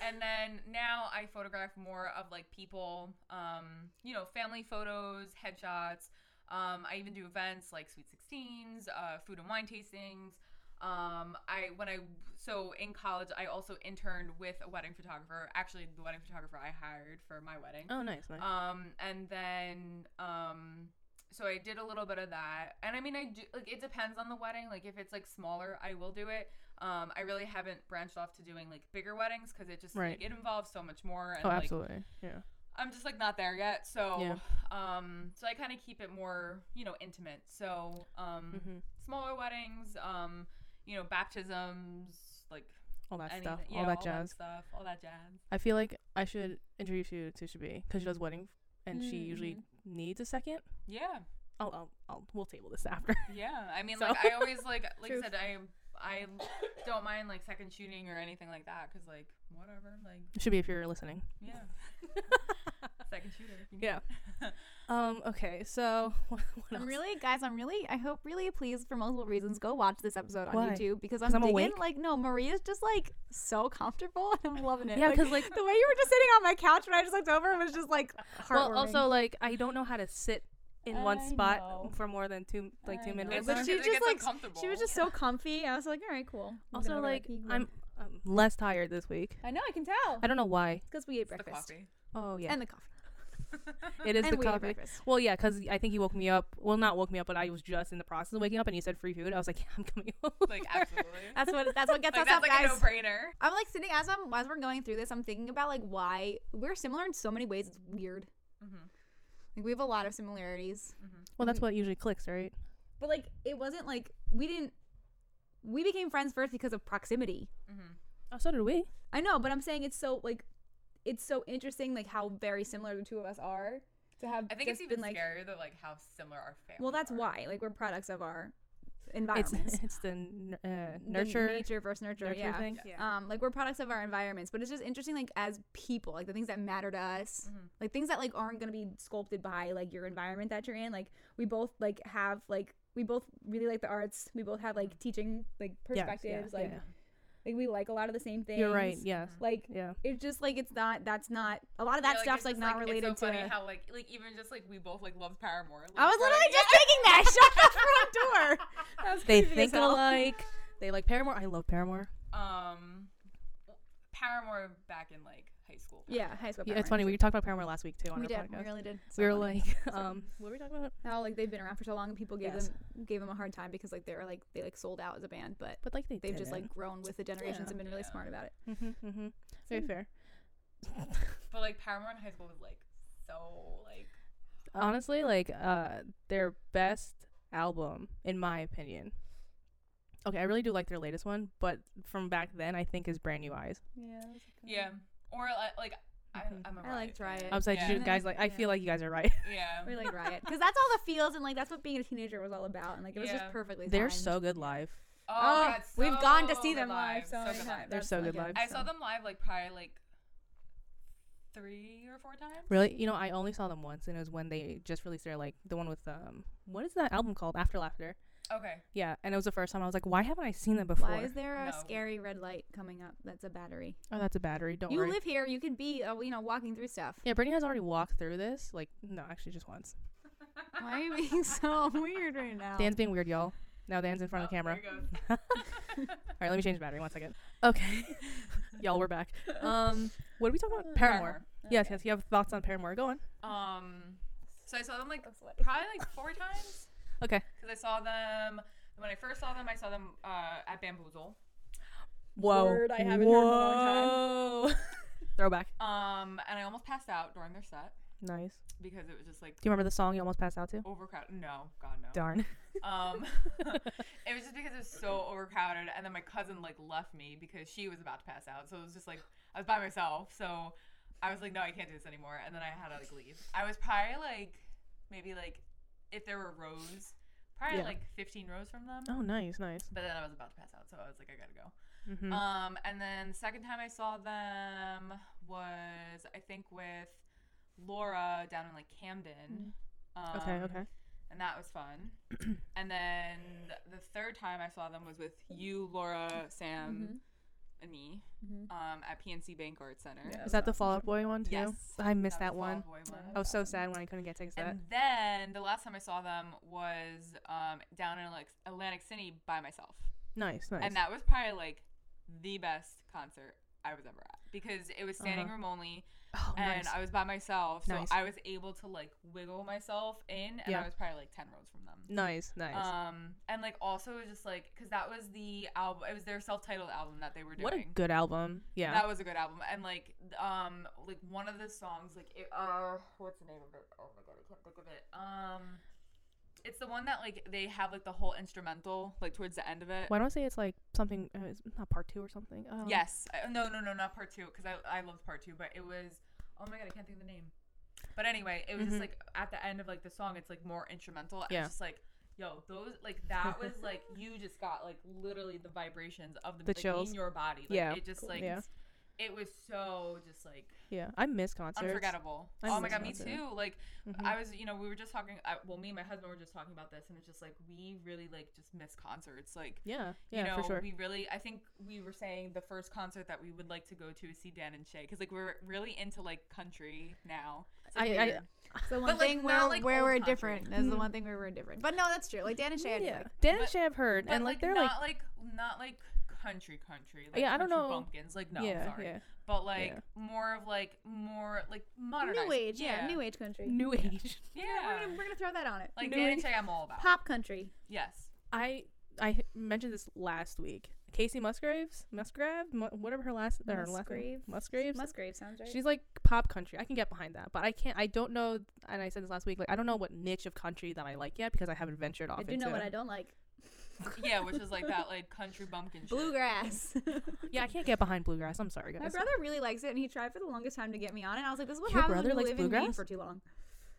and then now I photograph more of like people um you know family photos headshots um I even do events like sweet 16s uh food and wine tastings um i when i so in college i also interned with a wedding photographer actually the wedding photographer i hired for my wedding
Oh, nice, nice.
um and then um so i did a little bit of that and i mean i do like it depends on the wedding like if it's like smaller i will do it um i really haven't branched off to doing like bigger weddings because it just
Right.
like, it involves so much more and
oh,
like
absolutely. Yeah.
i'm just like not there yet so
Yeah.
um so i kind of keep it more you know intimate so um
Mhm.
smaller weddings um you know baptisms like
All that
anything,
stuff.
yeah,
all that jazz.
stuff all that jazz
I feel like I should introduce you to Shabi because she does wedding, and she usually needs a second.
yeah
I'll, I'll, I'll we'll table this after.
Yeah, I mean,
So-
like I always
[laughs]
like, like I
Truth.
said, I I don't mind like second shooting or anything like that because like whatever, like
[laughs] Shabi, if you're listening.
[laughs]
yeah, second shooter. if you need
Yeah.
it.
Um. Okay. So. [laughs] What, what
I'm
else?
really, guys. I'm really. I hope really pleased for multiple reasons. Go watch this episode on
Why?
YouTube because I'm,
'Cause I'm
digging.
awake?
Like, no, Maria's just like so comfortable, [laughs] and I'm loving it.
Yeah,
Like,
'cause, like-
the way you were just sitting on my couch when I just looked over was just like heartwarming.
well, also like I don't know how to sit in one
I
spot
know.
for more than two like two
I
minutes.
It's
But
just
she
because it
just,
gets
like,
uncomfortable.
She was just so comfy. I was like, all right, cool. Moving
also
over,
like
he moved.
I'm, I'm less tired this week.
I know, I can tell.
I don't know why.
Because we ate
It's the
breakfast
coffee.
Oh yeah,
and the coffee.
it is
and
the
we ate
coffee.
breakfast.
Well, yeah, because I think he woke me up. Well, not woke me up, but I was just in the process of waking up, and he said free food. I was like, [laughs] yeah, I'm coming home.
Like
[laughs]
absolutely.
That's what that's what gets
[laughs] like
us
that's
up,
like a
guys.
no-brainer.
I'm like sitting as I'm as we're going through this. I'm thinking about like why we're similar in so many ways. It's weird.
Mhm.
Like we have a lot of similarities,
well, that's what usually clicks, right?
but like it wasn't like we didn't. We became friends first because of proximity.
Oh, so did we.
I know, but I'm saying it's so like it's so interesting like how very similar the two of us are to have.
I think
just
it's even
been, like,
scarier that like how similar our family.
Well, that's
are.
why like we're products of our
It's
environments.
it's the n- uh,
The
[laughs] nurture
nature versus nurture,
nurture
yeah.
thing.
Um, like we're products of our environments, but it's just interesting, like as people, like the things that matter to us,
Mm-hmm.
Mhm.
like things that like aren't gonna be sculpted by like your environment that you're in. Like we both like have like we both really like the arts. We both have like teaching like
yeah,
perspectives. like,
yeah.
like we like a lot of the same things.
you're right. Yes.
Like
[laughs] Yeah.
it's just like it's not. That's not a lot of that
Yeah, like,
stuff's
it's
like
just,
not
it's
related
so
to.
funny how like like even just like we both like loved Paramore. Like,
[laughs] I was
so, like,
literally just thinking that.
[laughs]
Shut the front door. That was
They
crazy as
think
hell.
alike. They like Paramore. I love Paramore.
um Paramore back in like high school.
Yeah, high school.
Yeah, it's funny.
Paramore.
We talked about Paramore last week too on
We
our
did. We
podcast.
really did. So
we were
funny.
like, um, what were we talking about?
how like they've been around for so long and people gave
Yes.
them gave them a hard time because like they were like they like sold out as a band, but
But like they
they've just
didn't.
like grown with the generations and been really
Yeah.
smart about it.
Mhm, mhm. Very fair. [laughs]
But like Paramore in high school was like so like
Oh.
Honestly, like uh, their best album, in my opinion. Okay, I really do like their latest one, but from back then, I think is Brand New Eyes.
Yeah.
yeah. Or like, like I,
Mhm.
I'm a
I like
Riot
Riot.
fan.
I was like,
yeah.
you guys, like, I
Yeah.
feel like you guys are right.
[laughs]
[laughs]
yeah.
We like riot because that's all the feels and like that's what being a teenager was all about and like it was
Yeah.
just perfectly.
They're
timed.
so good live.
Oh,
Oh,
my God,
we've gone to
so
see
good
them live. So, many
good
times.
live.
They're
That's,
so
like,
good
a-
live.
I saw them live like probably like three or four times.
Really, you know, I only saw them once, and it was when they just released their like the one with um, what is that album called? After Laughter.
Okay.
Yeah, and it was the first time I was like, why haven't I seen them before?
Why is there a
No.
scary red light coming up? That's a battery.
oh, that's a battery. Don't
you
worry.
live here. You can be uh, you know walking through stuff.
yeah, Brittany has already walked through this. Like, no, actually, just once.
Why are you being [laughs] so weird right now?
Dan's being weird,
[laughs]
y'all. Now Dan's in front of the
Oh,
camera.
there it goes.
[laughs] All right, let me change the battery. One second. Okay, [laughs] y'all, we're
[laughs]
back. Um, what are we
Uh,
talking about? Paramore. Yes, yes. You have thoughts on Paramore? Go on.
Um, so I saw them like probably like four times.
Okay.
Because I saw them when I first saw them. I saw them uh, at Bamboozle.
Whoa.
Word I haven't heard in a long
Whoa.
[laughs]
Throwback.
Um, and I almost passed out during their set
Nice.
because it was just like
Do you remember the song you almost passed
[laughs]
out to?
overcrowded. No, God no.
Darn.
Um,
[laughs]
it was just because it was so overcrowded, and then my cousin like left me because she was about to pass out. So it was just like I was by myself. So I was like, no, I can't do this anymore. And then I had to like leave. I was probably like maybe like if there were rows, probably
Yeah.
like 15 rows from them.
[laughs] Oh, nice, nice.
But then I was about to pass out, so I was like, I gotta go.
Mm-hmm.
Um, and then the second time I saw them was I think with Laura down in like Camden. Um,
Mm. okay, okay.
And that was fun.
[clears throat]
and then the third time I saw them was with you, Laura, Sam,
Mm-hmm.
and me
Mhm.
um, at PNC Bank Arts Center.
Yeah.
Is that the Fall Out Boy one too?
Yes.
I missed that,
was
one.
Fall Out Boy one.
I was so sad when I couldn't get tickets to that.
And then the last time I saw them was um, down in like Atlantic City by myself.
Nice, nice.
And that was probably like the best concert I was ever at because it was standing
Uh-huh.
room only
oh,
and I was by myself. So
Nice.
I was able to like wiggle myself in and
Yeah.
I was probably like 10 rows from them.
nice, nice.
Um, and like also it was just like because that was the album, it was their self titled album that they were doing.
what a good album. Yeah.
That was a good album, and like, th- um, like one of the songs, like, it, uh, what's the name of it? Oh my god, I can't think of it. Um, it's the one that like they have like the whole instrumental like towards the end of it.
Why don't I say it's like something, uh, it's not part two or something? Um,
Yes. I, no, no, no, not part two because I I loved part two, but it was oh my god, I can't think of the name. But anyway, it was
Mhm.
just like at the end of like the song, it's like more instrumental. And
Yeah.
It's just like yo, those like that was
[laughs]
like you just got like literally the vibrations of the,
The
like,
chills.
in your body. Like,
Yeah.
It just like
Yeah.
it was so just like
Yeah. I miss concerts.
unforgettable.
I
oh my
miss
god, me
concerts.
too. Like
Mhm.
I was, you know, we were just talking. I, well, me and my husband were just talking about this, and it's just like we really like just miss concerts. Like
yeah, yeah,
you know,
for sure.
we really, I think we were saying the first concert that we would like to go to is see Dan and Shay because like we're really into like country now. It's, like,
I- I-
weird.
the one
like,
thing
not
where,
like
where
old
we're
country.
different. That's the one thing where we're different. But no, that's true. Like Dan and Shay.
yeah. Dan and
But-
Shay I've heard.
but
and like,
like,
they're like,
not like, not like country country. Like,
Yeah, I don't know.
country Bumpkins, like no,
yeah,
sorry,
yeah.
but like
Yeah.
more of like more like modern
New age, yeah. new age country.
New age.
yeah.
We're gonna, we're gonna throw that on it.
Like
New
Dan
age-
and Shay, I'm all about.
pop country.
Yes,
I I h- mentioned this last week. Casey Musgraves, Musgrave, Mu- whatever her last, her last name,
Musgrave.
Musgraves,
Musgrave sounds right.
She's like pop country. I can get behind that, but I can't. I don't know. And I said this last week. Like I don't know what niche of country that I like yet because I haven't ventured off
I do
into.
know what I don't like.
yeah,
[laughs]
which is like that like country bumpkin. shit.
Bluegrass.
Yeah, I can't get behind bluegrass. I'm sorry, guys.
My brother really likes it, and he tried for the longest time to get me on it. I was like, "This is what
Your
happens
brother
when
likes
you live in Maine
bluegrass?
for too long,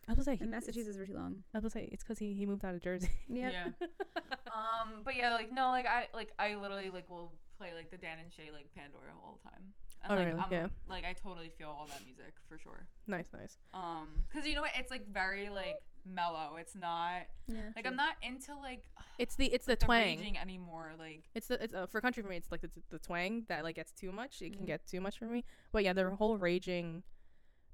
I was gonna say he,
in Massachusetts for too long."
I was gonna say it's because he, he moved out of Jersey.
Yeah.
Yeah.
[laughs]
um, but yeah, like no, like I like I literally like will play like the Dan and Shay like Pandora all the time. And,
Oh,
like,
really?
I'm,
Yeah.
Like I totally feel all that music for sure.
nice, nice.
Um, because you know what, it's like very like mellow. It's not
Yeah.
like I'm not into like
It's the it's the
the
twang.
raging anymore. Like
It's the it's uh, for country for me. It's like the, the twang that like gets too much.
Mm-hmm.
It can get too much for me. But yeah, the whole raging,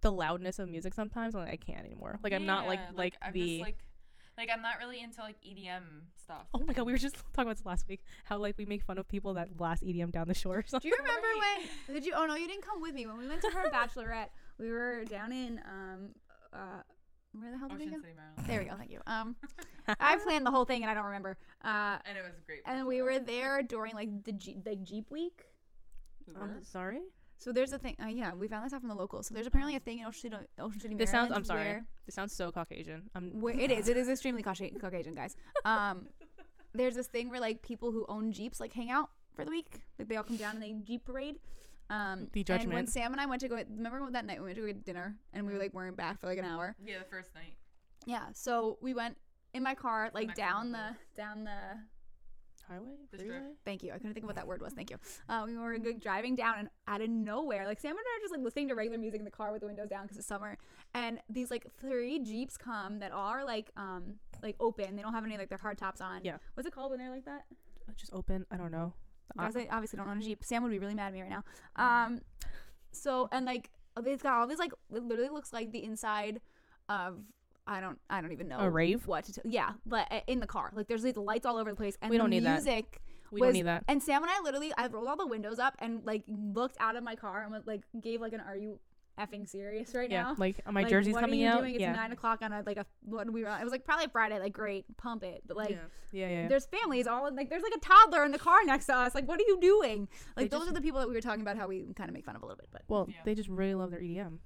the loudness of music sometimes like, I can't anymore. Like I'm not like
yeah,
like,
I'm
the.
just, like like I'm not really into like EDM stuff.
Oh my god, we were just [laughs] talking about this last week. How like we make fun of people that blast EDM down the shore or
Do
something.
you remember when? Did you? Oh no, you didn't come with me when we went to her bachelorette. We were down in um uh where the hell did we
Ocean
go?
City, Maryland.
There we go. Thank you. Um, I planned the whole thing and I don't remember. Uh,
And it was great.
and we were there during like the Jeep, like Jeep Week.
[laughs] I'm sorry.
So there's a thing. Uh, yeah, we found this out from the locals. So there's apparently a thing in Ocean City, Ocean City Maryland.
This sounds. I'm sorry.
where-
This sounds so Caucasian. I'm.
where it is. It is extremely Caucasian, Caucasian guys. Um, there's this thing where like people who own Jeeps like hang out for the week. Like they all come down and they Jeep parade. Um,
The
And when
judgment.
Sam and I went to go, remember when that night we went to go get dinner and we were like weren't back for like an hour.
Yeah, the first night.
Yeah. So we went in my car like
Mexican
down
place.
the down the
Highway.
The strip.
freeway?
Thank you. I couldn't think of what that word was. Thank you. Uh, we were like, driving down, and out of nowhere, like Sam and I are just like listening to regular music in the car with the windows down because it's summer. And these like three jeeps come that are like um like open. They don't have any like their hard tops on.
Yeah.
What's it called when they're like that?
Uh, Just open. I don't know.
I
Uh,
was like, obviously don't own a jeep. Sam would be really mad at me right now. Um, so and like they've got all these like it literally looks like the inside of. I don't. I don't even know
A rave?
What to? T- yeah, but uh, in the car, like there's these lights all over the place, and
We
the
don't need that.
music
we
was-
don't need that.
and Sam and I literally, I rolled all the windows up and like looked out of my car and was, like gave like an "Are you effing serious right
yeah.
now?"
Like my
Like,
jersey's
what
coming
are you
out.
Doing? It's
yeah.
nine o'clock on a like a what we were. It was like probably Friday. Like great, pump it. But like,
yeah. Yeah. Yeah.
there's families all like there's like a toddler in the car next to us. Like what are you doing? Like
They
those
just-
are the people that we were talking about how we kind of make fun of a little bit, but
Well,
Yeah.
they just really love their E EDM.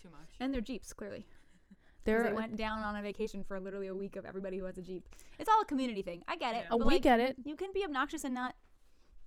Too much.
and their jeeps clearly. 'Cause
They're
They went down on a vacation for literally a week of everybody who has a jeep. It's all a community thing. I get it.
Yeah.
oh,
but,
we
like,
get it.
You can be obnoxious and not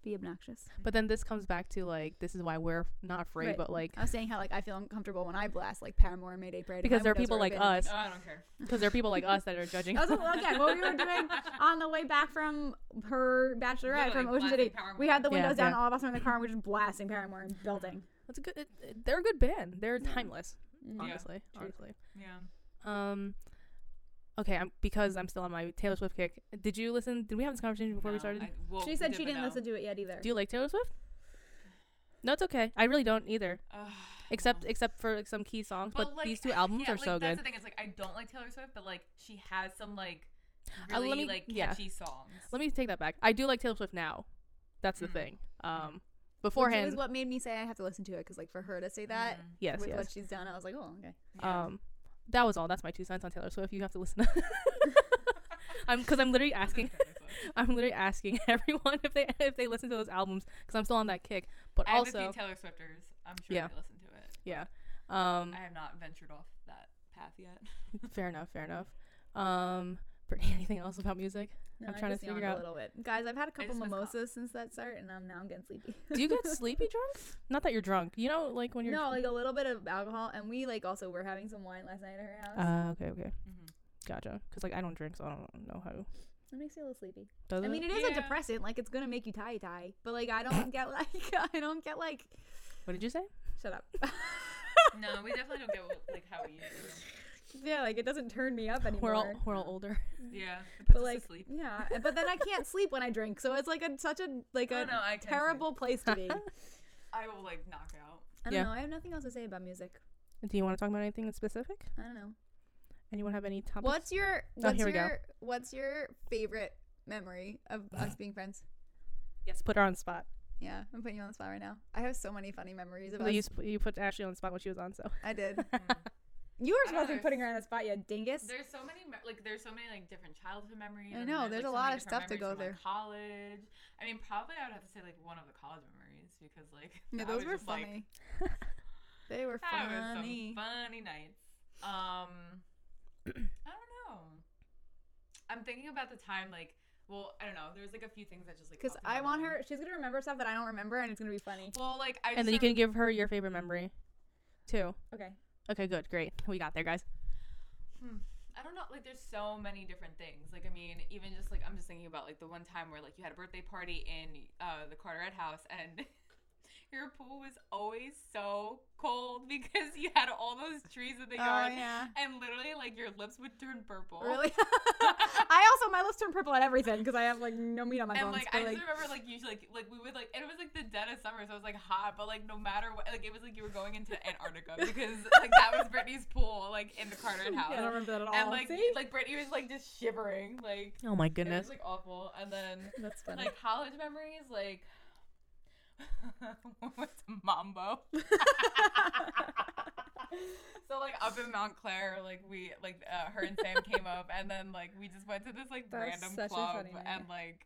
be obnoxious.
But then this comes back to like this is why we're not afraid,
Right.
but like
I was saying how like I feel uncomfortable when I blast like Paramore and Mayday Parade and
because
my
there are
windows
people like
open.
us,
Oh, I don't care.
because there are people like us that are judging.
That was well, again what we
[laughs]
were doing on the way back from her bachelorette
Literally
from Ocean
blasting
City. We
Paramore.
had the
Yeah,
windows down,
yeah.
all of us were in the car, and we were just blasting Paramore and belting.
[laughs] That's a good. It, it- they're a good band. They're timeless.
Mm-hmm.
Mm.
Honestly,
true.
honestly.
Yeah.
Um, okay. I'm because I'm still on my Taylor Swift kick. Did you listen? Did we have this conversation before we
No,
started?
I- well,
she said
did,
she
but
didn't
no.
listen to it yet either.
Do you like Taylor Swift? No, it's okay. I really don't either.
Ugh,
Except
no.
except for like, some key songs. But,
Oh. like,
these two albums
yeah,
are
like,
so
that's
good.
the thing. It's like I don't like Taylor Swift, but like she has some like
Uh, let
really
me-
like
yeah.
catchy songs.
Let me take that back. I do like Taylor Swift now. That's the
Mm.
thing. Um,
Which
beforehand,
is what made me say I have to listen to it because like for her to say that
Mm,
yes,
with
yes.
what she's done, I was like, oh okay.
yeah. [laughs]
Um, that was all. That's my two cents on Taylor Swift. You have to listen. [laughs] I'm because I'm literally asking. [laughs] I'm literally asking [laughs] everyone if they if they listen to those albums because I'm still on that kick. But
I have a
also,
few Taylor Swifters. I'm sure
Yeah.
they listen to it.
yeah. Um,
I have not ventured off that path yet.
fair enough. Fair enough. Um, Brittany, [laughs] anything else about music?
No,
I'm
I
trying to
just
figure
yawned
out-
a little bit, guys. I've had a couple
just was caught.
mimosas since that start, and I'm now I'm getting sleepy.
Do you get sleepy drunk? Not that you're drunk. You know, like when [laughs] you're.
no, like a little bit of alcohol, and we like also were having some wine last night at her house.
Uh, okay. Okay.
Mhm.
Gotcha. Because like I don't drink, so I don't know how.
it makes you a little sleepy.
Does
I
it?
mean, it is a
Yeah.
depressant. Like, it's gonna make you tie tie. But like, I
[coughs]
don't get like, [laughs] I don't get like.
what did you say?
Shut up.
[laughs] No, we definitely don't get what, like how we
[laughs]
used
yeah, like it doesn't turn me up anymore.
We're
[laughs]
all we're all older. [laughs]
to. Yeah, it
but
puts us
like,
to sleep.
yeah. But then I
[laughs]
can't sleep when I drink, so it's like a such a like
Oh,
a
no, I can sleep.
terrible place to
[laughs]
be. I
I will like knock out.
don't
Yeah.
know. I have nothing else to say about music.
Do you want to talk about anything specific?
I don't know.
Anyone have any topics?
What's your
Oh,
what's
here
your
we go.
what's your favorite memory of us being friends?
Yes, [laughs] put her on the spot.
Yeah, I'm putting you on the spot right now. I have so many funny memories of
Well,
us.
You, sp- you put Ashley on the spot when she was on, so
I
[laughs]
did.
Mm.
You were
I
supposed to be
don't-
putting her on the spot, you dingus.
There's so many me- like there's so many like different childhood memories.
I
and
know,
then
there's a
like, so
lot
many
of
different
stuff to
memories
go
from, like, college. I mean, probably I would have to say like one of the college memories because like
Yeah,
that
those were
was just, like, [laughs]
funny. they were
that was
funny.
some funny nights. Um, I don't know. I'm thinking about the time like well I don't know. There's like a few things that just like
Because
popped in my
I want
mind.
her, she's gonna remember stuff that I don't remember, and it's gonna be funny.
Well, like I
and then you
just
can give her your favorite memory, too.
Okay.
Okay, good, great. We got there, guys.
I don't know. Like, there's so many different things. Like, I mean, even just like I'm just thinking about like the one time where like you had a birthday party in uh, the Carteret house and [laughs] your pool was always so cold [laughs] because you had all those trees in the
Oh
yard,
yeah.
and literally like your lips would turn purple. [laughs]
Really? [laughs] I also my lips turn purple at everything because I have like no meat on my
And
bones.
like
but,
I just remember like usually like like we would like and it was like the dead of summer so it was like hot but like no matter what like it was like you were going into
[laughs]
Antarctica because like that was Brittany's pool like in the Carter house
I don't remember that at all.
and like
See?
like Brittany was like just shivering like
Oh my
it was
goodness.
like awful
[laughs]
and then
That's funny.
like college memories like [laughs] what's
[laughs]
mambo so like up in mount clair like we like uh, her and sam came up and then like we just went to this like
That was
random
such a
club
funny night.
and like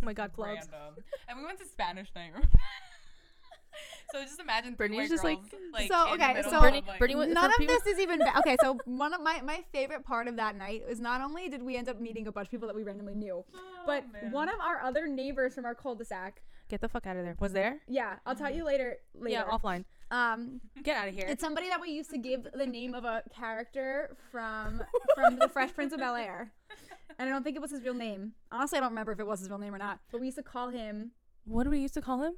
oh my god, clubs.
random and we went to spanish night [laughs] so just imagine three
Brittany's
white
just, like-
girls,
So,
in the
okay,
middle
so-
of,
Brittany-
like-
Brittany was-
None
for
of
people-
this is even bad. Okay, so one of my my favorite part of that night was not only did we end up meeting a bunch of people that we randomly knew,
Oh,
but
man.
one of our other neighbors from our cul-de-sac.
Get the fuck out of there. Was there?
Yeah, I'll
Mm-hmm.
tell you later. Later.
Yeah, offline.
um,
Get out of here.
it's somebody that we used to give
[laughs]
the name of a character from from the Fresh Prince of Bel Air, and I don't think it was his real name. Honestly, I don't remember if it was his real name or not. But we used to call him.
what do we used to call him?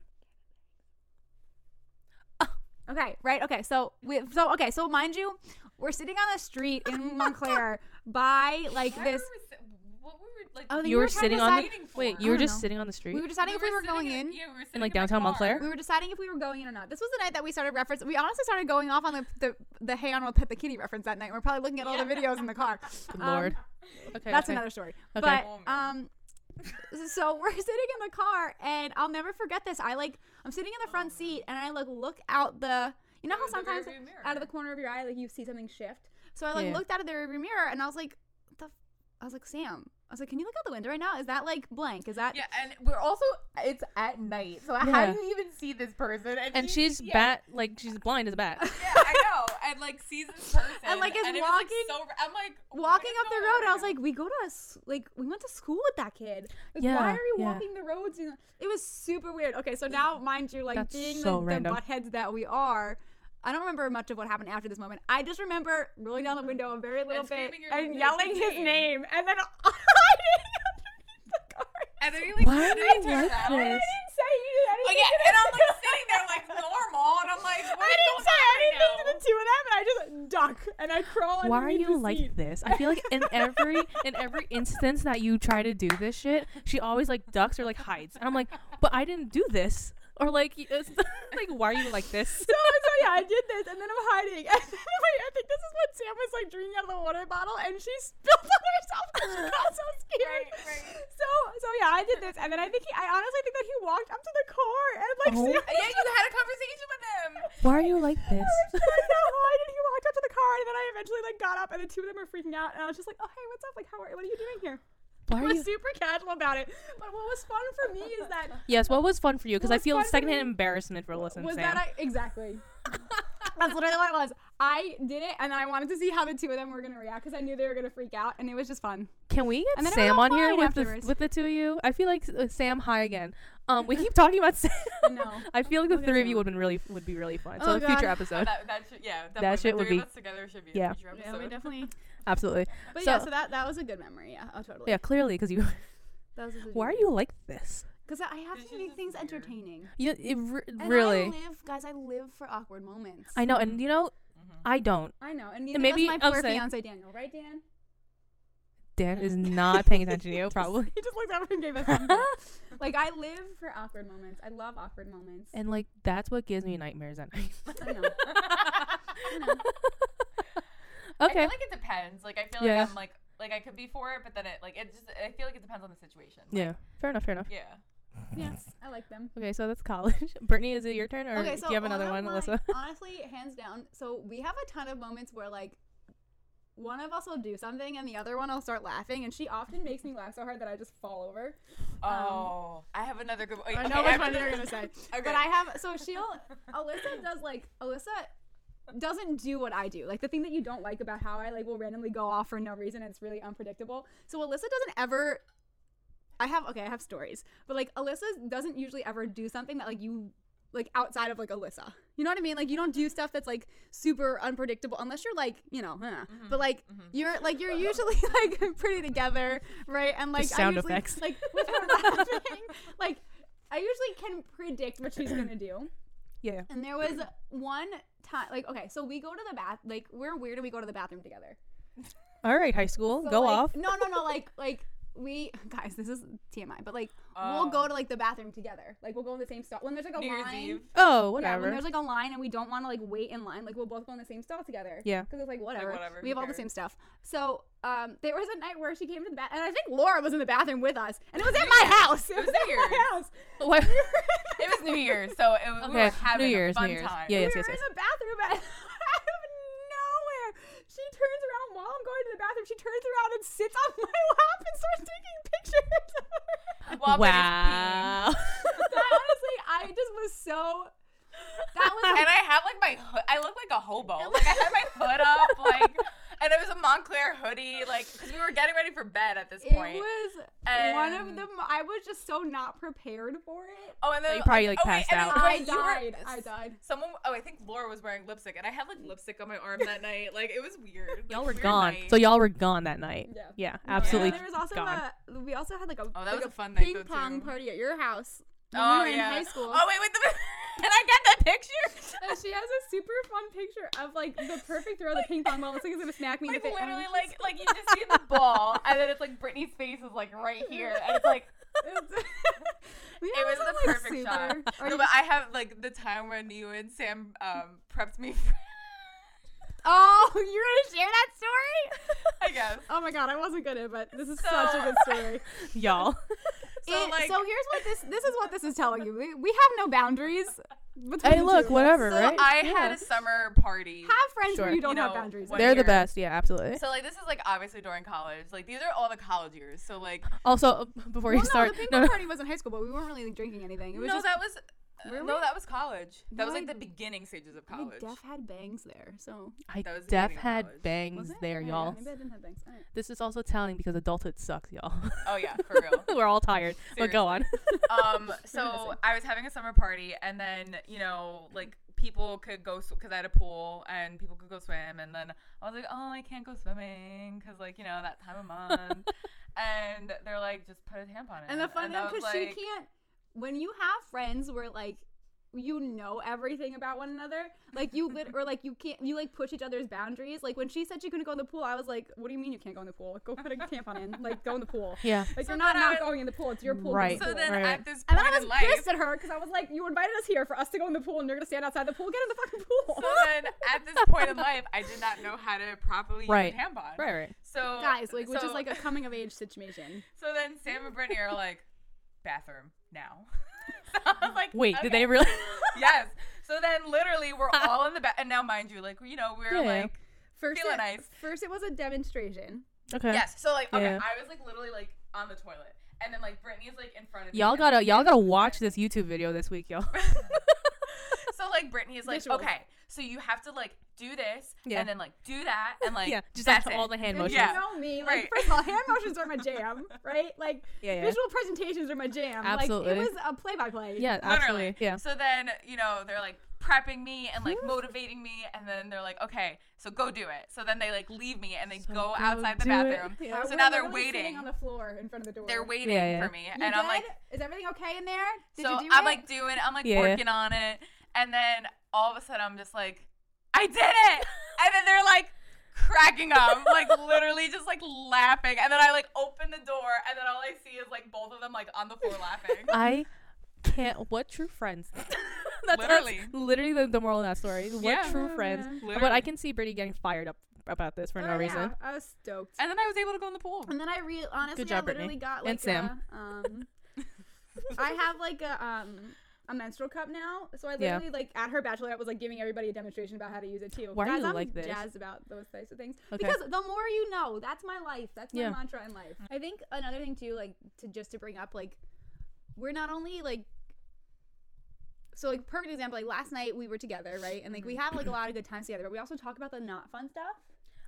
Okay, right. Okay, so we so okay so mind you, we're sitting on the street
[laughs]
in Montclair by like
Why
this.
were we si- what we were like
Oh,
You were
trying to
sitting on
decide-
the
waiting
wait.
for.
You were
I don't
just
know.
sitting on the street.
We were deciding if we were
sitting
going in.
yeah, we were sitting
like,
my
downtown Mount
car.
Clair?
We were deciding if we were going in or not. This was the night that we started reference. We honestly started going off on the the, the Hey Arnold Pet the Kitty reference that night. We're probably looking at all the videos in
[laughs]
the car.
Good
Um,
lord. Okay,
That's
okay.
another story.
Okay.
Oh,
But
man.
um, so [laughs] we're sitting in the car, and I'll never forget this. I like I'm sitting in the front seat, and I like look out the. You know how
Oh. The
sometimes
rearview mirror.
out of the corner of your eye, like you see something shift. So I like
Yeah.
looked out of the rearview mirror, and I was like, "What the." F-? I was like, Sam. I was like, "Can you look out the window right now? Is that like blank? Is that?"
Yeah, and we're also it's at night, so how
Yeah.
do you even see this person?
And
he-
she's
yeah,
bat like she's blind as a bat.
Yeah, I know, and like sees this person,
[laughs] And, like, is
it was, like,
walking-
so ra- I'm like what
walking
is
up the
going
road,
on
I was
right
like, we go to us like we went to school with that kid. Like, why
Yeah,
are you
yeah.
walking the roads? You know, It was super weird. Okay, so now mind you, like
That's
being
so
the, the
random.
buttheads that we are. I don't remember much of what happened after this moment. I just remember rolling down the window a very little bit
screaming your-
and
your
yelling
kid's
his
name.
name, and then [laughs] hiding underneath the car.
now. and then you
[laughs]
like
Why
turn
do
and
we
turn
like
around.
this?
I didn't say you did
Oh
anything.
[laughs] yeah,
to
and I'm
the-
like sitting there like normal, and I'm like,
[laughs]
what
I
is
didn't
going
say
on right
anything to
now?
the two of them, and I just duck and I crawl.
Why are
underneath
you
the seat.
like this? I feel like in every in every instance that you try to do this shit, she always like ducks or like hides. And I'm like, but I didn't do this. Or like, y- [laughs] it's like why are you like this?
So, so yeah, I did this, and then I'm hiding. [laughs] And then like, I think this is when Sam was like drinking out of the water bottle, and she spilled on herself [laughs] because she got so scared.
Right, right.
So, so yeah, I did this, and then I think he, I honestly think that he walked up to the car and like
Oh.
Sam.
[laughs] Yeah, you had a conversation with him.
Why are you
[laughs]
like this?
I don't know why, and he walked up to the car, and then I eventually like got up, and the two of them were freaking out, and I was just like, "Oh hey, what's up? Like, how are? What are you doing here?"
Why
I
are you?
was super casual about it, but what was fun for me is [laughs] that
Yes. What was fun for you? Because
What
I
was
feel
fun for
secondhand
me
embarrassment for Alyssa and
was
Sam.
that I exactly. That's literally what it was. I did it, and I wanted to see how the two of them were gonna react because I knew they were gonna freak out, and it was just
[laughs]
fun.
Can we
And
get
then it
Sam
went
on here
offline
with the,
afterwards.
with the two of you? I feel like uh, Sam high again. Um, we
[laughs]
keep talking about Sam. [laughs]
know.
I feel like the
We'll get
three of you
Sam.
would been really would be really fun.
Oh,
so a future
God.
episode,
That, that should, yeah, definitely.
That shit
the
would
three
be-
of us together should be
yeah.
a future episode.
definitely.
absolutely.
But
So-
yeah, so that that was a good memory. Yeah, oh totally.
Yeah, clearly because you. [laughs]
That was
Why are you like this?
Because I have
This
to
is
make
just
things
[laughs]
weird.
entertaining.
You it re-
And I
really.
live, guys. I live for awkward moments.
I know, and you know, I don't.
I know, and neither
maybe
maybe my
I'll
poor
say-
fiance Daniel, right, Dan?
Dan
[laughs]
is not paying attention to you, probably.
He [laughs] just looked over and
[laughs]
gave us. thumbs up. like I live for awkward moments. I love awkward moments.
And like that's what gives me nightmares at
[laughs]
night.
I know.
I
[laughs]
[laughs]
okay.
feel like it depends. Like I feel
Yeah.
like I'm like like I could be for it, but then it like it just I feel like it depends on the situation. Like,
Yeah. Fair enough. Fair enough.
Yeah.
Yes, I like them.
Okay, so that's college. [laughs] Brittany, is it your turn, or do you have another one,
on
[laughs]
my-
Alyssa?
honestly, hands down. So we have a ton of moments where like one of us will do something and the other one will start laughing, and she often makes me laugh so hard that I just fall over.
Oh, I have another good.
Um, I know which one you're gonna say,
[laughs] Okay.
but I have. So she'll Alyssa does like Alyssa doesn't do what I do. Like the thing that you don't like about how I like will randomly go off for no reason. and It's really unpredictable. So Alyssa doesn't ever. I have okay. I have stories, but like Alyssa doesn't usually ever do something that like you like outside of like Alyssa. You know what I mean? Like you don't do
Mm-hmm.
stuff that's like super unpredictable unless you're like you know. huh.
Mm-hmm.
But like you're
[laughs]
like you're usually [laughs] like pretty together, right? And like
Just sound
I
[laughs]
usually,
effects.
Like with her laughing, like I usually can predict what she's gonna do.
Yeah, yeah.
And there was one time, like, okay, so we go to the bath, like, we're weird and we go to the bathroom together.
All right, high school,
So,
go [laughs]
like-
off.
No, no, no. Like, like we guys, this is TMI, but like
Oh.
we'll go to like the bathroom together. Like we'll go in the same stall when there's like a
New Year's
line.
Eve.
Oh,
Yeah, when
whatever.
there's like a line and we don't want to like wait in line, like we'll both go in the same stall together.
Yeah.
Because it's like whatever.
whatever, who
we have all the
cares?
same stuff. So um, there was a night where she came to the bath, and I think Laura was in the bathroom with us, and it was at my house. It was [laughs] at
Weird.
my house.
[laughs] What?
It
[laughs]
was New Year's, so it was, we
Okay,
were having
New Year's,
a fun
New Year's.
time.
Yeah, yes,
we
yes,
were
yes.
in the bathroom [laughs] and out of nowhere, she turns around while I'm going to the bathroom. She turns around and sits on [laughs] my lap and starts taking pictures. Of her. [laughs]
While Betty's peeing.
Wow.
I honestly, I just was so. That was
And I have like my hood. I look like a hobo. Like I had my
[laughs]
hood up, like, and it was a Montclair hoodie, like, because we were getting ready for bed at this
it
point.
was one of
And-
the. mo- I was just so not prepared for
[laughs]
it.
Oh, and then
you probably, like,
oh, wait,
passed
and then-
out.
wait,
I
you were-
died. I died.
Someone, oh, I think Laura was wearing lipstick, and I had like lipstick on my arm that night. Like it was weird.
[laughs]
Like,
y'all were
weird
gone.
night.
So y'all were gone that night.
Yeah.
Yeah,
And
absolutely.
there was also
gone.
a. We also had like a.
Oh, that
like
was a fun night,
ping
though,
pong
too.
party at your house. when
oh
we were
yeah.
in high school.
Oh wait, wait, the, [laughs] and I got that picture.
And she has a super fun picture of like the perfect throw of
[laughs]
the ping pong ball. It's like it's gonna smack me in
Like
the face.
literally, like like you just see the ball, and then it's like Britney's face is like right here, and it's like
[laughs]
it was the perfect shot. No, but I have like the time when you and Sam um prepped me. [laughs] For,
oh, you're gonna share that story?
I guess.
[laughs] Oh my god, I wasn't gonna, but this is such a good story.
[laughs] [laughs] y'all.
So,
[laughs]
like-
so here's what this this is what this is telling you. We, we have no boundaries. between
hey,
the
look,
two of us.
whatever,
So
right?
I
Yeah.
had a summer party.
Have friends
Sure.
where you don't
You
have
know,
boundaries.
what-
They're the
year.
best. Yeah, absolutely.
So like this is like obviously during college. Like these are all the college years. So like
also, uh, before
Well,
you
no,
start,
the ping
no,
pong
no,
party was in high school, but we weren't really like, drinking anything. It was
no,
just
that was uh,
Really?
no, that was college. That was
No,
like
I-
the beginning stages of
my
college.
Def had bangs there, so
I
that was the
def
beginning of
had
college.
bangs
Was it?
there,
Yeah,
y'all.
Maybe I didn't have bangs. All right.
This is also telling because adulthood sucks, y'all. [laughs]
[laughs]
Oh yeah, for real.
We're all tired, but go on. [laughs]
um, so I was having a summer party, and then you know like people could go because I had a pool, and people could go swim, and then I was like, oh, I can't go swimming because like you know that time of
[laughs]
month, and they're like, just put a tampon in.
And the fun thing,
I was
because she
like-
can't. When you have friends where like you know everything about one another, like you lit or like you can't, you like push each other's boundaries. Like when she said she couldn't go in the pool, I was like, "What do you mean you can't go in the pool? Go
[laughs]
put a tampon in. Like go in the pool.
Yeah.
Like
So
you're not
then
not
I-
going in the pool. It's your pool. go in
Right.
the
So
pool.
then
Right.
at this
and
point
then I was
in life,
pissed at her because I was like, "You invited us here for us to go in the pool, and you're gonna stand outside the pool. Get in the fucking pool."
so then at this point in life, I did not know how to properly
Right.
use a tampon.
Right, right.
So
[laughs] Guys, like, which
so-
is like a coming of age situation.
So then Sam and Brittany are like, bathroom now. [laughs] so I was like,
Wait, did
okay.
they really? [laughs]
Yes. So then literally we're all in the bath, and now mind you, like you know we're
Yeah, yeah.
like
First,
Feeling
it,
nice.
first it was a demonstration.
okay.
yes. So like okay,
Yeah.
I was like literally like on the toilet, and then like Brittany's like in front of me,
Y'all
and
gotta,
then
y'all
Sam
gotta
is
watch
in-
this YouTube video this week, y'all.
So like Brittany is like,
Visuals.
okay, so you have to like do this,
Yeah.
and then like do that, and like
[laughs] yeah, just
that's
after
it.
all the hand
If
motions.
Yeah.
you know me, like
Right.
first of all,
[laughs]
hand motions are my jam, right? Like
Yeah, yeah.
visual presentations are my jam.
Absolutely.
Like it was a play by [laughs] play.
Yeah,
Literally.
absolutely. Yeah.
So then, you know, they're like prepping me and like motivating me, and then they're like, okay, so go do it. So then they like leave me and they
So
go
go
outside the
do it.
bathroom.
Yeah.
So now they're waiting.
on the floor in front of the door.
They're waiting
Yeah, yeah.
for me,
You
and I'm
dead?
like,
is everything okay in there? Did
so
you do
I'm
it?
like doing, I'm like
Yeah, yeah.
working on it, and then all of a sudden I'm just like, I
[laughs]
did it, and then they're like cracking up, like literally just like laughing, and then I like open the door, and then all I see is like both of them like on the floor
[laughs]
laughing.
I can't. What true friends? [laughs] that's
Literally.
that's literally the, the moral of that story. What
Yeah.
true
[laughs]
friends? But I
Literally.
can see Brittany getting fired up about this for
Oh,
no
yeah.
reason.
I was stoked.
And then I was able to go in the pool.
And then I re honestly
Oh. job,
I
Brittany.
literally got
And
like
Sam.
a
[laughs]
um I have like a um a menstrual cup now. So I
Yeah.
literally like at her bachelorette was like giving everybody a demonstration about how to use it too.
Why are
Guys,
you
I'm
like this?
jazzed about those types of things.
Okay.
Because the more you know, that's my life. That's my
Yeah.
mantra in life. I think another thing too, like to just to bring up, like we're not only like so like perfect example, like last night we were together, right? And like we have like a lot of good times together, but we also talk about the not fun stuff.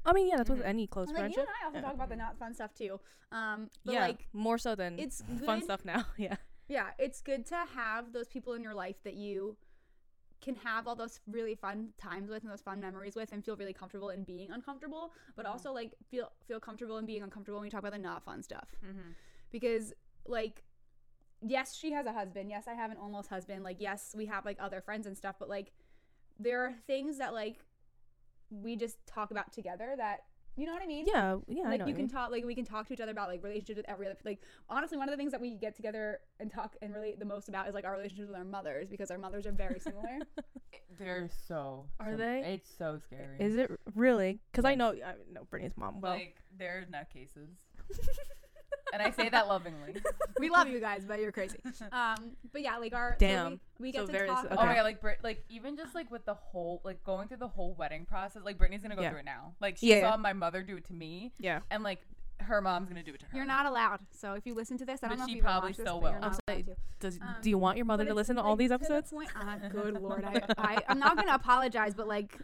I mean, yeah, that's
Mm-hmm.
with any close
And, like you
friendship.
and I also talk about the not fun stuff too. Um but
yeah,
like
more so than
it's
[laughs] fun
good-
stuff now.
[laughs]
Yeah.
yeah, it's good to have those people in your life that you can have all those really fun times with and those fun memories with and feel really comfortable in being uncomfortable, but
Mm-hmm.
also like feel
Mm-hmm.
feel comfortable in being uncomfortable when you talk about the not fun stuff. Because like yes, she has a husband. Yes, I have an almost husband. Like, yes, we have like other friends and stuff, but like, there are things that like we just talk about together that, you know what I mean?
Yeah, yeah, I
like
know.
you
what
can talk like we can talk to each other about like relationships with every other like honestly one of the things that we get together and talk and relate the most about is like our relationships with our mothers because our mothers are
[laughs]
very similar
They're so.
Are
sim-
they?
It's so scary.
you mean. Is it really? Because I know I know Brittany's mom well.
like they're [laughs] nutcases, and I say that [laughs] lovingly.
we love you guys but you're crazy um but yeah like our so we-
Damn.
we, get
So
to
very-
talk
okay.
Oh my
about-
god, like Brit, like even just like with the whole like going through the whole wedding process, like Brittany's gonna go
Yeah.
through it now. Like she
Yeah.
saw my mother do it to me,
yeah.
and like her mom's gonna do it to her.
you're not allowed so if you listen to this I don't
But
know
she
if you
probably
watch this,
still
but you're
will.
not
I'm
allowed
saying-
to.
Does
Um,
do you want your mother
But
to
it's,
listen to
like,
all these
to the
episodes?
point- ah,
[laughs]
good lord I, I I'm not gonna apologize but like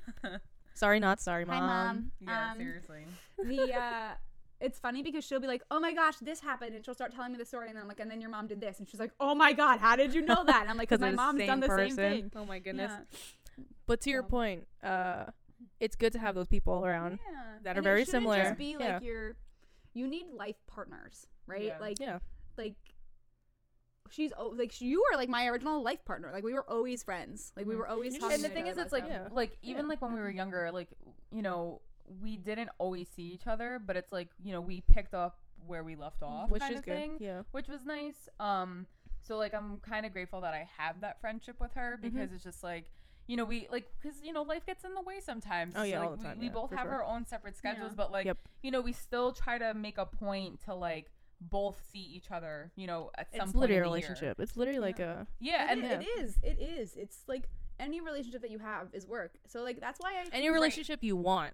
Sorry, not sorry, mom.
hi mom
Yeah,
um,
seriously.
the uh it's funny because she'll be like, "Oh my gosh, this happened," and she'll start telling me the story, and I'm like, "And then your mom did this," and she's like, "Oh my god, how did you know that?" And I'm like,
[laughs]
"Cause my
they're the
mom's done
same
the same
person.
thing."
Oh my goodness.
Yeah.
But to your
So-
point, uh, it's good to have those people around.
Yeah.
that
And
are
it
very
shouldn't
similar.
Just be like
Yeah.
your, you need life partners, right?
Yeah.
Like,
Yeah.
like she's o- like sh- you were like my original life partner. Like we were always friends. Like we were always.
Mm. And
talking
and
to each
the thing
other
is
about
it's like
Yeah.
like even like when we were younger like you know we didn't always see each other but it's like you know we picked up where we left off
Which
kind
is
of
good.
thing,
Yeah.
which was nice um so like i'm kind of grateful that i have that friendship with her
Mm-hmm.
because it's just like you know we like because you know life gets in the way sometimes
Oh,
So,
yeah, all
like,
the time,
we, we
yeah,
both
for
have
sure.
our own separate schedules
Yeah.
but like
Yep.
you know we still try to make a point to like both see each other you know at some
It's
point in
literally a
the year.
relationship. It's literally like a [laughs]
yeah
It
and
i- it is. It is. It's like any relationship that you have is work. So like that's why I.
any relationship you want.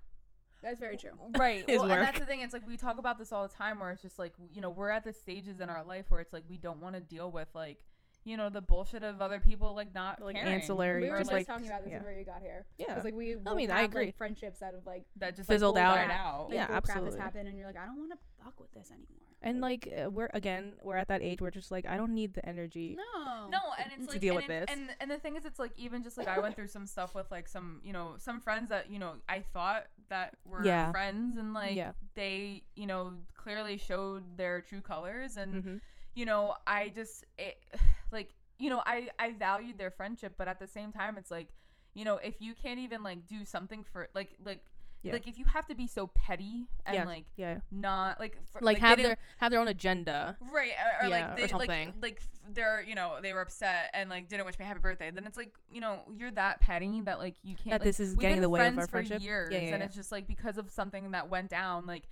That's very true.
right
[laughs] is
well,
work.
and that's the thing it's like we talk about this all the time where it's just like you know we're at the stages in our life where it's like we don't want to deal with like you know the bullshit of other people like not
Like
caring.
ancillary,
We were
or,
just
just
like
like-
talking about this
yeah.
before you got here.
Yeah.
It's like we.
I
both
mean, I
have,
agree.
Like, friendships out of like.
that just
fizzled
like,
out.
died
Yeah.
out
like,
Yeah,
bull Crap has
absolutely.
happened, and you're like, I don't want to fuck with this anymore.
And like uh, we're again, we're at that age where just like I don't need the energy.
No.
no and it's
to
like
deal
and,
with
it's-
this.
and and the thing is it's like even just like i went through some stuff with like some you know some friends that you know i thought that were
Yeah.
friends and like
Yeah.
they you know clearly showed their true colors and
Mhm.
you know, I just it, [sighs] like you know, I I valued their friendship, but at the same time, it's like you know, if you can't even like do something for like like
Yeah.
like if you have to be so petty and
Yeah.
like
Yeah.
not like for,
Like,
they
have
didn't-
their have their own agenda.
right or,
Yeah, or
or like they, like
something.
like they're you know they were upset and like didn't wish me happy birthday. Then it's like you know you're that petty that like you can't
That
like,
this is
we've
getting
been
in the way of
friends
our friendship.
for
Yeah,
years,
yeah,
and
yeah.
it's just like because of something that went down like.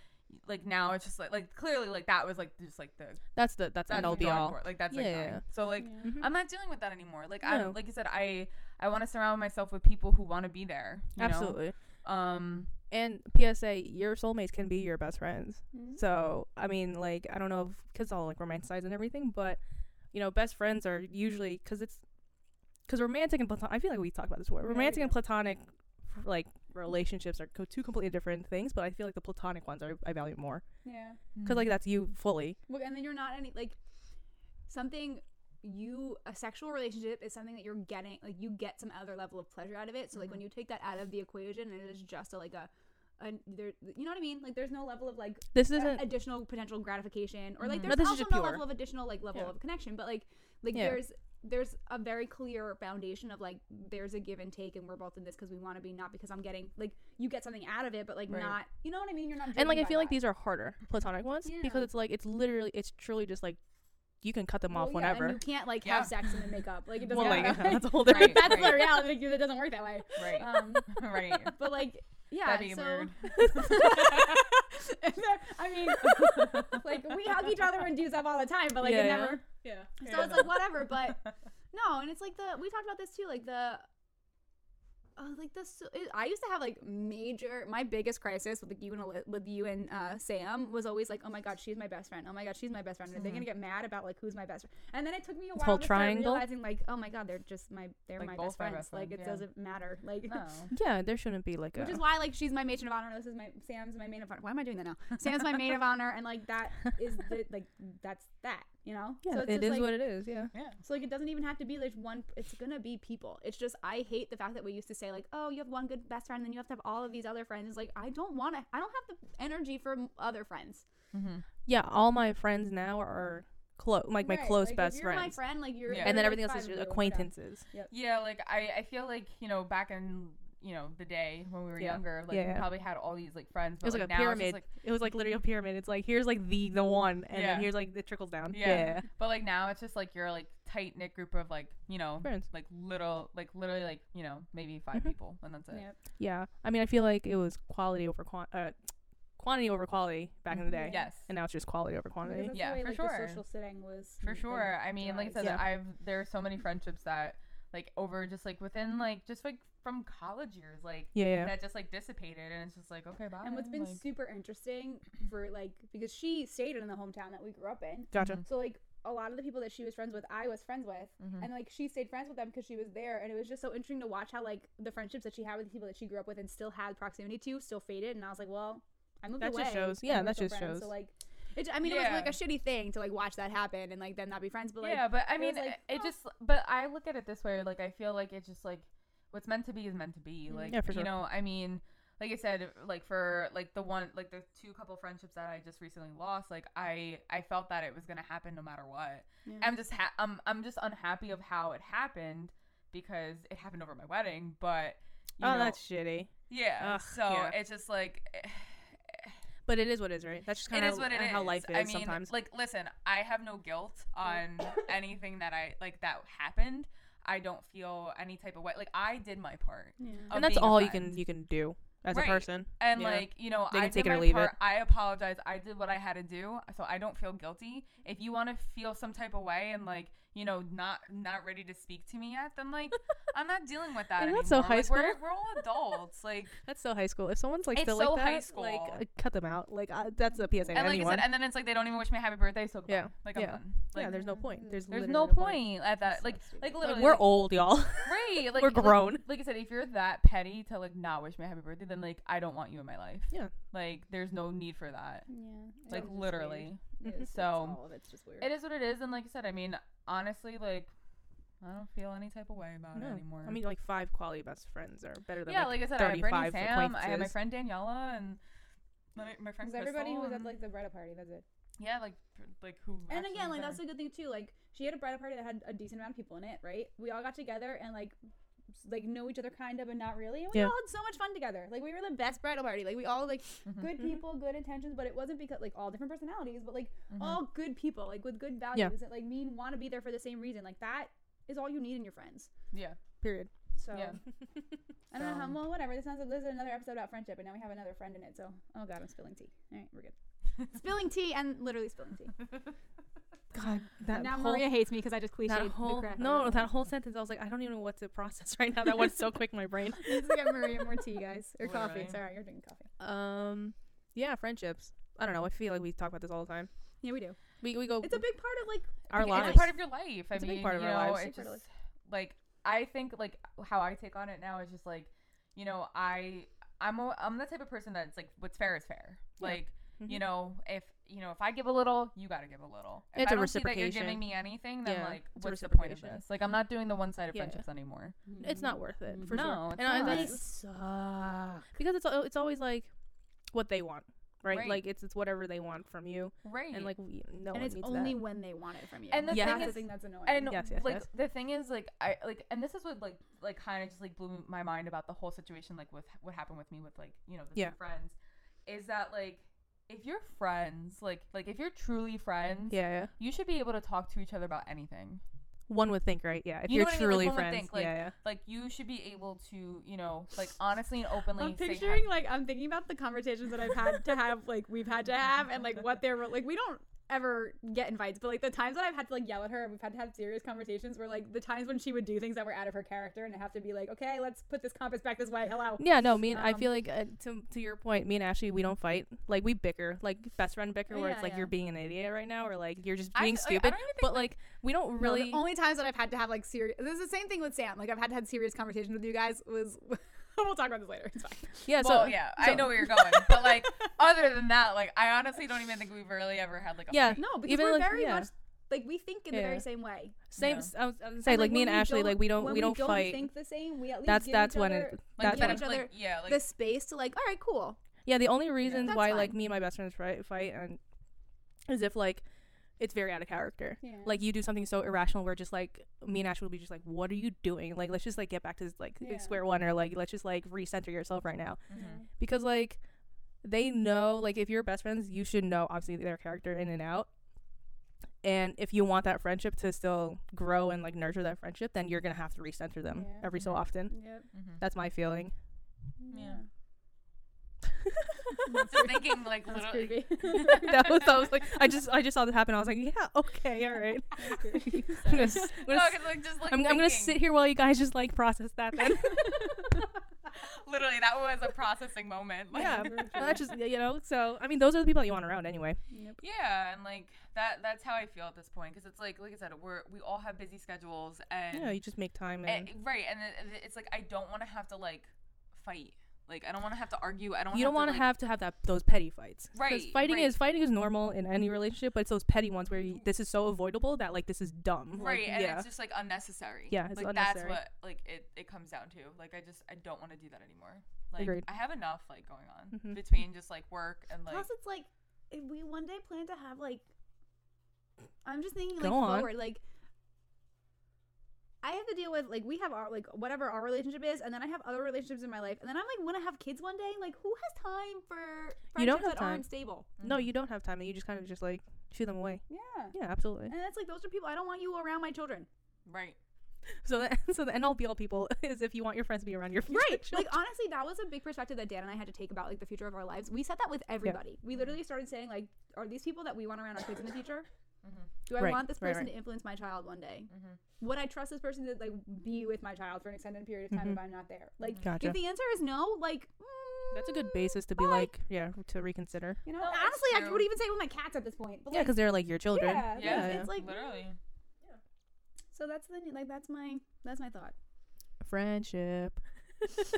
Like now, it's just like like clearly like that was like just like the
That's the that's,
that's
an all
the
be
drawing
all.
board. Like that's like
Yeah.
done. so like
mm-hmm.
Yeah.
I'm not dealing with that anymore. Like
No.
I'm like you said, I I want to surround myself with people who want to be there. you know?
Absolutely.
Um.
And PSA, your soulmates can be your best friends.
Mhm.
So I mean, like I don't know if kids all like romanticize and everything, but you know, best friends are usually because it's because romantic and platonic. I feel like we talked about this before.
we
Romantic and
do.
platonic like relationships are co- two completely different things, but I feel like the platonic ones are I value more
Yeah.
because
Mm-hmm.
like that's you fully.
Well, and then you're not any like something you a sexual relationship is something that you're getting like you get some other level of pleasure out of it. So like when
Mm-hmm.
you take that out of the equation and it is just a, like a, a there you know what I mean? Like there's no level of like
This
a-
isn't
additional potential gratification or like there's
Mhm.
Mm-hmm. But this is
also
just
no
pure.
level of additional like level
Yeah.
of connection. But like like
Yeah.
there's there's a very clear foundation of like there's a give and take and we're both in this because we want to be not because I'm getting like you get something out of it but like
Right.
not you know what I mean you're not
and like I
driven by
feel like
that.
these are harder platonic ones
Yeah.
because it's like it's literally it's truly just like you can cut them off
Well, yeah, and
whenever.
you can't like
Yeah.
have sex and then make
[laughs]
up. Like it doesn't
Well,
[laughs]
like
work. that way.
that's a whole
Right.
different.
That's the
right.
reality. Like, it doesn't work that way.
Right.
Um,
[laughs]
[laughs]
right.
but like, yeah.
That'd be
so,
weird.
And then- I mean, [laughs] like we hug each other and do stuff all the time, but like
Yeah,
it
yeah.
never.
[laughs] yeah.
So it's like whatever. But
[laughs]
no, and it's like the we talked about this too. Like the. Oh, like this, it, I used to have like major. My biggest crisis with like you and Ali- with you and uh, Sam was always like, "Oh my god, she's my best friend. Oh my god, she's my best friend." Are they gonna get mad about like who's my best friend? And then it took me a
Mm-hmm. This
while
whole
to
triangle?
start realizing like, "Oh my god, they're just my they're
Like,
my
both
best
my
friends.
best
Like
friends,
it
yeah.
doesn't matter." Like
[laughs] No.
Yeah, there shouldn't be like a.
[laughs] Which is why, like, she's my matron of honor. This is my Sam's my maid of honor. Why am I doing that now? Sam's my maid of honor, and like that is
[laughs]
the, like that's that, you know.
yeah,
so it's
it
just,
is
like,
what it is. Yeah.
Yeah.
So like, it doesn't even have to be like one. It's gonna be people. It's just I hate the fact that we used to say like, oh, you have one good best friend, and then you have to have all of these other friends. It's like I don't want to. I don't have the energy for m- other friends.
Mm-hmm.
yeah, all my friends now are close, like my close
like, if
best
you're my
friends,
friend, like you're,
Yeah.
and then
you're
everything else
fine
is
with
just
you, yeah.
acquaintances.
Yeah, like I, I feel like you know back in you know the day when we were
Yeah.
younger, like
Yeah,
we
yeah.
probably had all these like friends.
It was like a
but, now it's just,
pyramid. [laughs]
like-
It was like
[laughs]
literally a pyramid. It's like here's like the the one, and
Yeah.
then here's like it trickles down.
Yeah. but like now it's just like you're like tight knit group of like you know
Friends.
like little like literally like you know maybe 5
Mhm.
people and that's it.
Yep.
Yeah. I mean, I feel like it was quality over quan- uh, quantity over quality back in the day.
Mm-hmm. Yes.
And now it's just quality over quantity.
Because that's the
Yeah,
way,
for
like, the
sure.
social sitting was
For sure. I mean, like I said,
Yeah.
I've there are so many friendships that like over just like within like just like from college years, like
Yeah, yeah.
that just like dissipated, and it's just like okay, bye.
And what's been
like,
super interesting for like because she stayed in the hometown that we grew up in,
mm-hmm.
Gotcha.
so like a lot of the people that she was friends with, I was friends with,
Mhm.
and like she stayed friends with them because she was there, and it was just so interesting to watch how like the friendships that she had with the people that she grew up with and still had proximity to still faded, and I was like, well, I moved
That
away.
just shows-
and
yeah,
we're
that
still
just
friends.
shows.
So like, it, I mean, it
Yeah.
was like a shitty thing to like watch that happen and like them not be friends, but like,
yeah, but I
it was
mean,
like,
"Oh."
it just but I look at it this way, like I feel like it's just like what's meant to be is meant to be,
Mhm.
like
Mm, Yeah, for
you
sure.
know, I mean. Like I said, like for like the one, like the two couple friendships that I just recently lost, like I I felt that it was gonna happen no matter what.
Yeah.
I'm just ha- I'm I'm just unhappy of how it happened because it happened over my wedding, but you
oh,
know,
that's shitty.
Yeah.
Ugh,
so
yeah.
it's just like
But it is what it is, right? That's just kind
it
of
is what it is.
how life is
I mean,
sometimes.
like, listen, I have no guilt on anything that I like that happened. I don't feel any type of way. Like I did my part,
yeah.
of
and that's
being a
all you
friend.
can you can do as
Right.
a person.
And
Yeah.
like you know,
They
I
can take
did
it or
my
leave
part.
it.
I apologize. I did what I had to do, so I don't feel guilty. If you want to feel some type of way and like you know not not ready to speak to me yet, then like I'm not dealing
[laughs]
with that.
Isn't
anymore.
that so high
Like, we're,
school?
we're all adults. Like
That's so high school. If someone's like
It's
still
so
like that,
high
like
school.
uh, cut them out. Like I, that's a PSA. to
and like
anyone.
I said, and then it's like they don't even wish me a happy birthday. So goodbye.
Yeah.
like I'm
Yeah.
done. Like,
yeah, there's no point. There's
There's
literally
no point at that.
That's
Like,
so stupid.
like
Like,
literally,
we're
like-
old, y'all. [laughs]
Right, like
We're
like-
grown.
Like, I said, if you're that petty to like not wish me a happy birthday, then like I don't want you in my life.
Yeah.
Like, there's no need for that.
Yeah. It was
Like,
just
literally,
weird. It is- it's
So,
all of it's just weird.
it is what it is. And like I said, I mean, honestly, like I don't feel any type of way about
No.
it anymore.
I mean, like five quality best friends are better than
yeah,
like,
like, I said, I have Brittany
35
Sam, I have my
acquaintances.
friend Daniela, and my, my friend
Because everybody who was
Crystal,
at
and-
like the Bretta party, that's it.
yeah, like like who
And
actually
again,
was
like that's
there.
a good thing too. Like she had a Bretta party that had a decent amount of people in it, right? We all got together and like s- like know each other kind of, but not really. And we
Yeah.
all had so much fun together. Like we were the best Bretta party. Like we all like
Mhm.
good
Mhm.
people, good intentions, but it wasn't because like all different personalities, but like
Mhm.
all good people, like with good values that like mean want to be there for the same reason. Like that is all you need in your friends.
yeah
period.
So
Yeah.
[laughs] I don't know how.
So-
Well, whatever. This sounds like this is another episode about friendship, and now we have another friend in it. So oh god, I'm spilling tea. All right, we're good.
[laughs]
spilling tea and literally spilling tea.
God, that
now
whole
Maria hates me because I just cliched
that
the
whole
crap.
no that whole sentence. I was like, I don't even know what to process [laughs] right now. That went so quick in my
[laughs]
brain.
Let's get Maria more tea, [laughs] guys, or coffee.
Literally.
It's all right. You're drinking coffee.
Um, yeah, friendships. I don't know. I feel like we talk about this all the time.
Yeah, we do.
We we go
It's a big part of like
our
Like,
lives.
It's a part of your life. I
It's a
mean,
big part of
you
our
know,
lives.
Big
it's
part of
just like I think like how I take on it now is just like, you know, I I'm a, I'm the type of person that's like what's fair is fair.
Yeah.
Like, you
Mhm.
know, if you know if I give a little, you got to give a little. If
It's
I
a
don't see that you're
reciprocation.
giving me anything, then
Yeah,
like
it's a
what's the point of
reciprocation.
this? Like I'm not doing the one-sided
Yeah, yeah.
friendships anymore.
it's not worth it for
No,
sure.
it's
and I-
not.
that's- because it's al- it's always like what they want, right?
Right.
Like it's it's whatever they want from you,
Right.
and like we, no
and
one
it's
needs
only
that.
when they want it from you.
And the
Yeah.
yeah,
thing
that's the
is-
thing that's annoying.
and
Yes, yes,
like
yes.
the thing is like i like and this is what like like kind of just like blew my mind about the whole situation like with what happened with me with like you know the
Yeah.
two friends is that like if you're friends like like if you're truly friends
Yeah, yeah,
you should be able to talk to each other about anything
one would think, right? Yeah, if
You know
you are
what I mean? Like,
truly
one would
friends,
think, like,
yeah, yeah.
like you should be able to you know like honestly and openly
I'm
say hi-
picturing like I'm thinking about the conversations that I've had to have, like we've had to have, and like what they're like. We don't ever get invites, but like the times that I've had to like yell at her, and we've had to have serious conversations. Were like the times when she would do things that were out of her character, and I have to be like, okay, let's put this compass back this way. Hello.
Yeah, no, me and I
Um,
feel like uh, to to your point, me and Ashley, we don't fight. Like we bicker, like best friend bicker,
Oh,
where
yeah,
it's like
yeah.
you're being an idiot right now, or like you're just
I-
being
like, I
stupid.
don't even think,
but like we don't
No,
really.
the only times that I've had to have like serious. This is the same thing with Sam. Like I've had to have serious conversations with you guys. Was [laughs] we'll talk about this later. It's fine.
yeah,
well,
so
yeah, I
so-
know where you're going, but like, [laughs] other than that, like, I honestly don't even think we've really ever had like a
Yeah.
fight.
No, because
Even,
we're
like,
very
yeah.
much like we think in the
Yeah.
very same way.
same.
Yeah.
s- I was, I was gonna say like, me
when
and
we
Ashley,
don't-
like we don't
when
we don't fight.
Think the same. We at least
That's-
give
that's
each
when
other,
it-
we
that's
like,
give
when
but
it-
each
I'm,
other
like, yeah, like,
the space to like. All right, cool.
Yeah, the only reason
That's
why like
fine.
me and my best friends fight, fight and is if like it's very out of character.
Yeah.
Like you do something so irrational where just like me and Ash will be just like, what are you doing? Like let's just like get back to like
Yeah.
square one or like let's just like recenter yourself right now
Mm-hmm.
Mhm.
because like they know like if you're best friends you should know obviously their character in and out and if you want that friendship to still grow and like nurture that friendship then you're gonna have to recenter them
Yeah.
every so often
Yep.
mm-hmm.
[laughs] that's my feeling
Yeah. Just thinking
[laughs]
[laughs]
like
That's
literally.
creepy. [laughs]
that was i was like i just i just saw this happen i was like yeah okay all right I'm, gonna,
[laughs]
s- I'm,
No,
gonna, s-
'cause, like just like
I'm, I'm gonna sit
thinking.
here while you guys just like process that then
[laughs]
[laughs]
Literally, that was a processing moment. Like,
yeah [laughs] that's just you know so i mean those are the people that you want around anyway
Yeah, and like that that's how I feel at this point because it's like like I said we're we all have busy schedules and
yeah you just make time and
and- right and it, it- it's like I don't want to have to like fight. Like I don't want to have to argue. I don't
you don't
want
want to
like,
have to have that those petty fights. 'Cause
Right,
Fighting
right.
is fighting is normal in any relationship, but it's those petty ones where you, this is so avoidable that like this is dumb. Like,
right and
yeah.
it's just like unnecessary.
Yeah, it's
like
unnecessary.
that's what like it it comes down to. Like I just I don't want to do that anymore. Like
Agreed.
I have enough like going on
Mhm.
between just like work and like
Plus, it's like if we one day plan to have like, I'm just thinking
Go
like
on.
forward. Like, I have to deal with like we have our like whatever our relationship is, and then I have other relationships in my life, and then I'm like want to have kids one day. Like, who has time for friendships
You don't have
that
time.
aren't stable?
mm-hmm.
no, you don't have time, and you just kind of just like shoo them away.
Yeah,
Yeah, absolutely.
and that's like those are people I don't want you around my children.
right.
So the, [laughs] so the end all be all people is if you want your friends to be around your
[laughs]
future
Like
children.
honestly, that was a big perspective that Dan and I had to take about like the future of our lives. We said that with everybody. We literally started saying like, are these people that we want around our kids in the future?
Mhm.
Do I
Mm-hmm. Right,
want this
right, right.
person
Mm-hmm.
to influence my child one day?
Mhm.
Would I trust this person to like be with my child for an extended period of time if I'm not there? Like,
[laughs] Mm-hmm. Gotcha.
if the answer is no, like,
That's a good basis to be
bye.
like, yeah, to reconsider.
you know,
No, it's
honestly, I
true.
would even say with my cats at this point. But,
Yeah,
like,
because they're like your children.
yeah,
Yeah,
that's-
yeah.
it's like
literally.
so. That's the like that's my that's my thought.
Friendship.
[laughs]
It's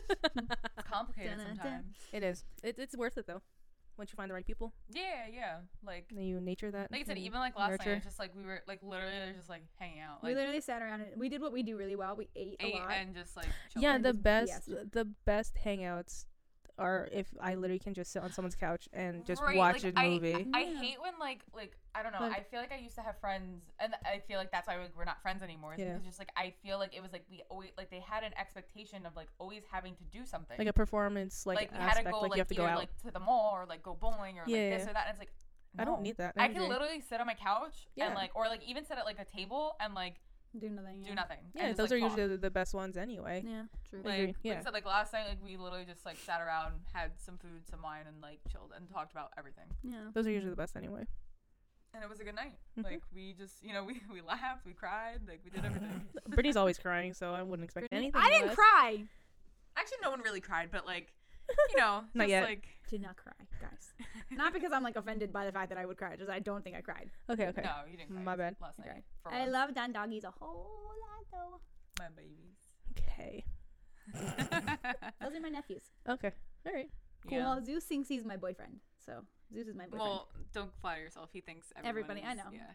complicated
Dun-dun-dun.
sometimes.
It is. It, it's worth it though. Once you find the right people,
Yeah, yeah. Like
and you nature that. Mm-hmm.
like I said,
and
even like last night,
nurture.
it was just like we were like literally they're just like hanging out,
we
like
literally sat around and we did what we do really well. We ate,
ate
a lot.
and just like chilled.
yeah
and
the
just
best
BS.
the best hangouts are if i literally can just sit on someone's couch and just
Right,
watch
like,
a
I-
movie
[laughs] I, hate when like like I don't know.
Like-
I feel like I used to have friends, and I feel like that's why like, we're not friends anymore. Is
Yeah.
because just like I feel like it was like we always like they had an expectation of like always having to do something.
like a performance like,
Like, we had to
aspect
go
like, you have to go
either,
out
like to the mall or like go bowling or
Yeah,
like this
yeah.
or that. And it's like
i don't
no.
need that
oh, I
every
can
day.
literally sit on my couch
Yeah.
and like or like even sit at like a table and like
do nothing.
do nothing. and
yeah
just,
those
like,
are
talk.
usually the, the best ones anyway
Yeah, true.
I
like,
agree,
like
yeah.
I said, like last night, like we literally just like sat around, had some food, some wine, and like chilled and talked about everything.
yeah.
those are usually the best anyway
And it was a good night.
Mhm.
Like we just, you know, [laughs] we we laughed, we cried, like we did everything.
brittany's always crying so i wouldn't expect anything
I didn't
less.
cry.
[laughs] Actually, no one really cried, but like, you know, [laughs]
Not
just
yet.
like
Did not cry, guys. Not because I'm like offended by the fact that I would cry. Just I don't think I cried.
okay okay
no, you didn't. Cry
My bad.
Last night,
Okay.
for
I
once.
love Don Doggies a whole lot though.
my [laughs] babies.
okay
Those are my nephews.
okay all right
Cool.
Yeah.
Well, Zeus thinks he's my boyfriend, so Zeus is my boyfriend.
Well, don't flatter yourself. He thinks everyone
Everybody, I
is-
know.
Yeah.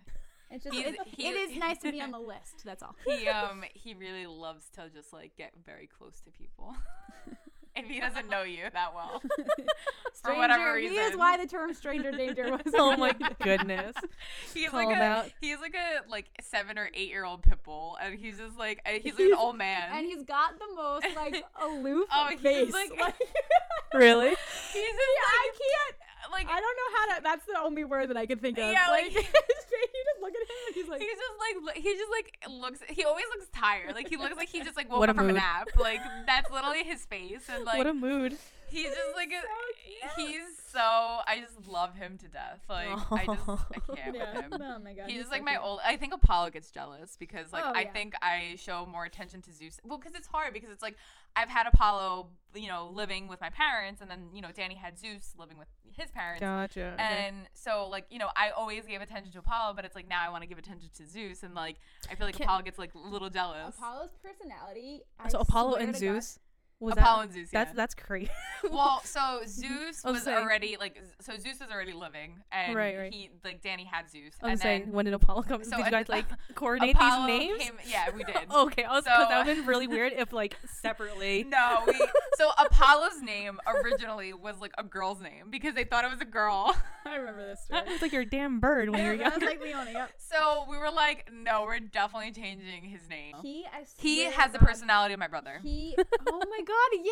it's just
he's-
it-
he-
it is nice to be on the list. That's all.
he um [laughs] he really loves to just like get very close to [laughs] people. if he doesn't know you that [laughs] well, for whatever
Stranger-
reason,
He is why the term stranger danger
[laughs]
was.
[laughs] oh my goodness
he's
call
like
him
a
out.
he's like a like seven or eight year old pit bull, and he's just like uh, he's like an
He's-
old man.
[laughs] And he's got the most
[laughs]
like aloof
Oh, he's
face.
like-
really
he's just,
[laughs] I
[laughs] like,
can't. I don't know how to. That's the only word that I could think of.
Yeah,
[laughs]
like-
his face, you just look at him. And he's like.
He's just like lo- he just like looks. He always looks tired. Like he looks like he just like woke
What a
up from a
mood.
nap. Like that's literally his face. And like
what a mood
he's just
[laughs]
like a-
so cute.
he's so. I just love him to death. Like I just I can't [laughs]
yeah.
with him.
Oh my god.
He's just
so
like my
cute.
old. I think Apollo gets jealous because like
Oh,
I
yeah.
think I show more attention to Zeus. Well, because it's hard because it's like I've had Apollo, you know, living with my parents, and then you know Danny had Zeus living with his parents.
gotcha okay.
And so, like, you know, I always gave attention to Apollo, but it's like now I want to give attention to Zeus, and like, I feel like
Can-
Apollo gets like a little jealous.
Apollo's personality.
so
I
apollo
swear
and
to God-
zeus Was
Apollo and Zeus.
that, that's [laughs]
yeah.
that's crazy.
well, so Zeus
I was
was
saying-
already like z- so Zeus was already living, and
Right, right.
he like Danny had Zeus,
I was
and
saying,
then
when did Apollo come?
so
did you
an-
guys like [laughs] coordinate
Apollo
these names? Oh,
Came, yeah, we did.
[laughs] Okay, I was because that
So-
would have been really weird if
[laughs]
like separately.
No, we, so Apollo's name originally was like a girl's name because they thought it was a girl. [laughs]
I remember
[laughs]
this story.
It's like your damn bird when you're young.
Yeah, [laughs] that's like Leona.
[laughs]
Yep.
So we were like, no, we're definitely changing his name. He,
He, I swear to
has the
God,
personality of my brother.
He, oh my god,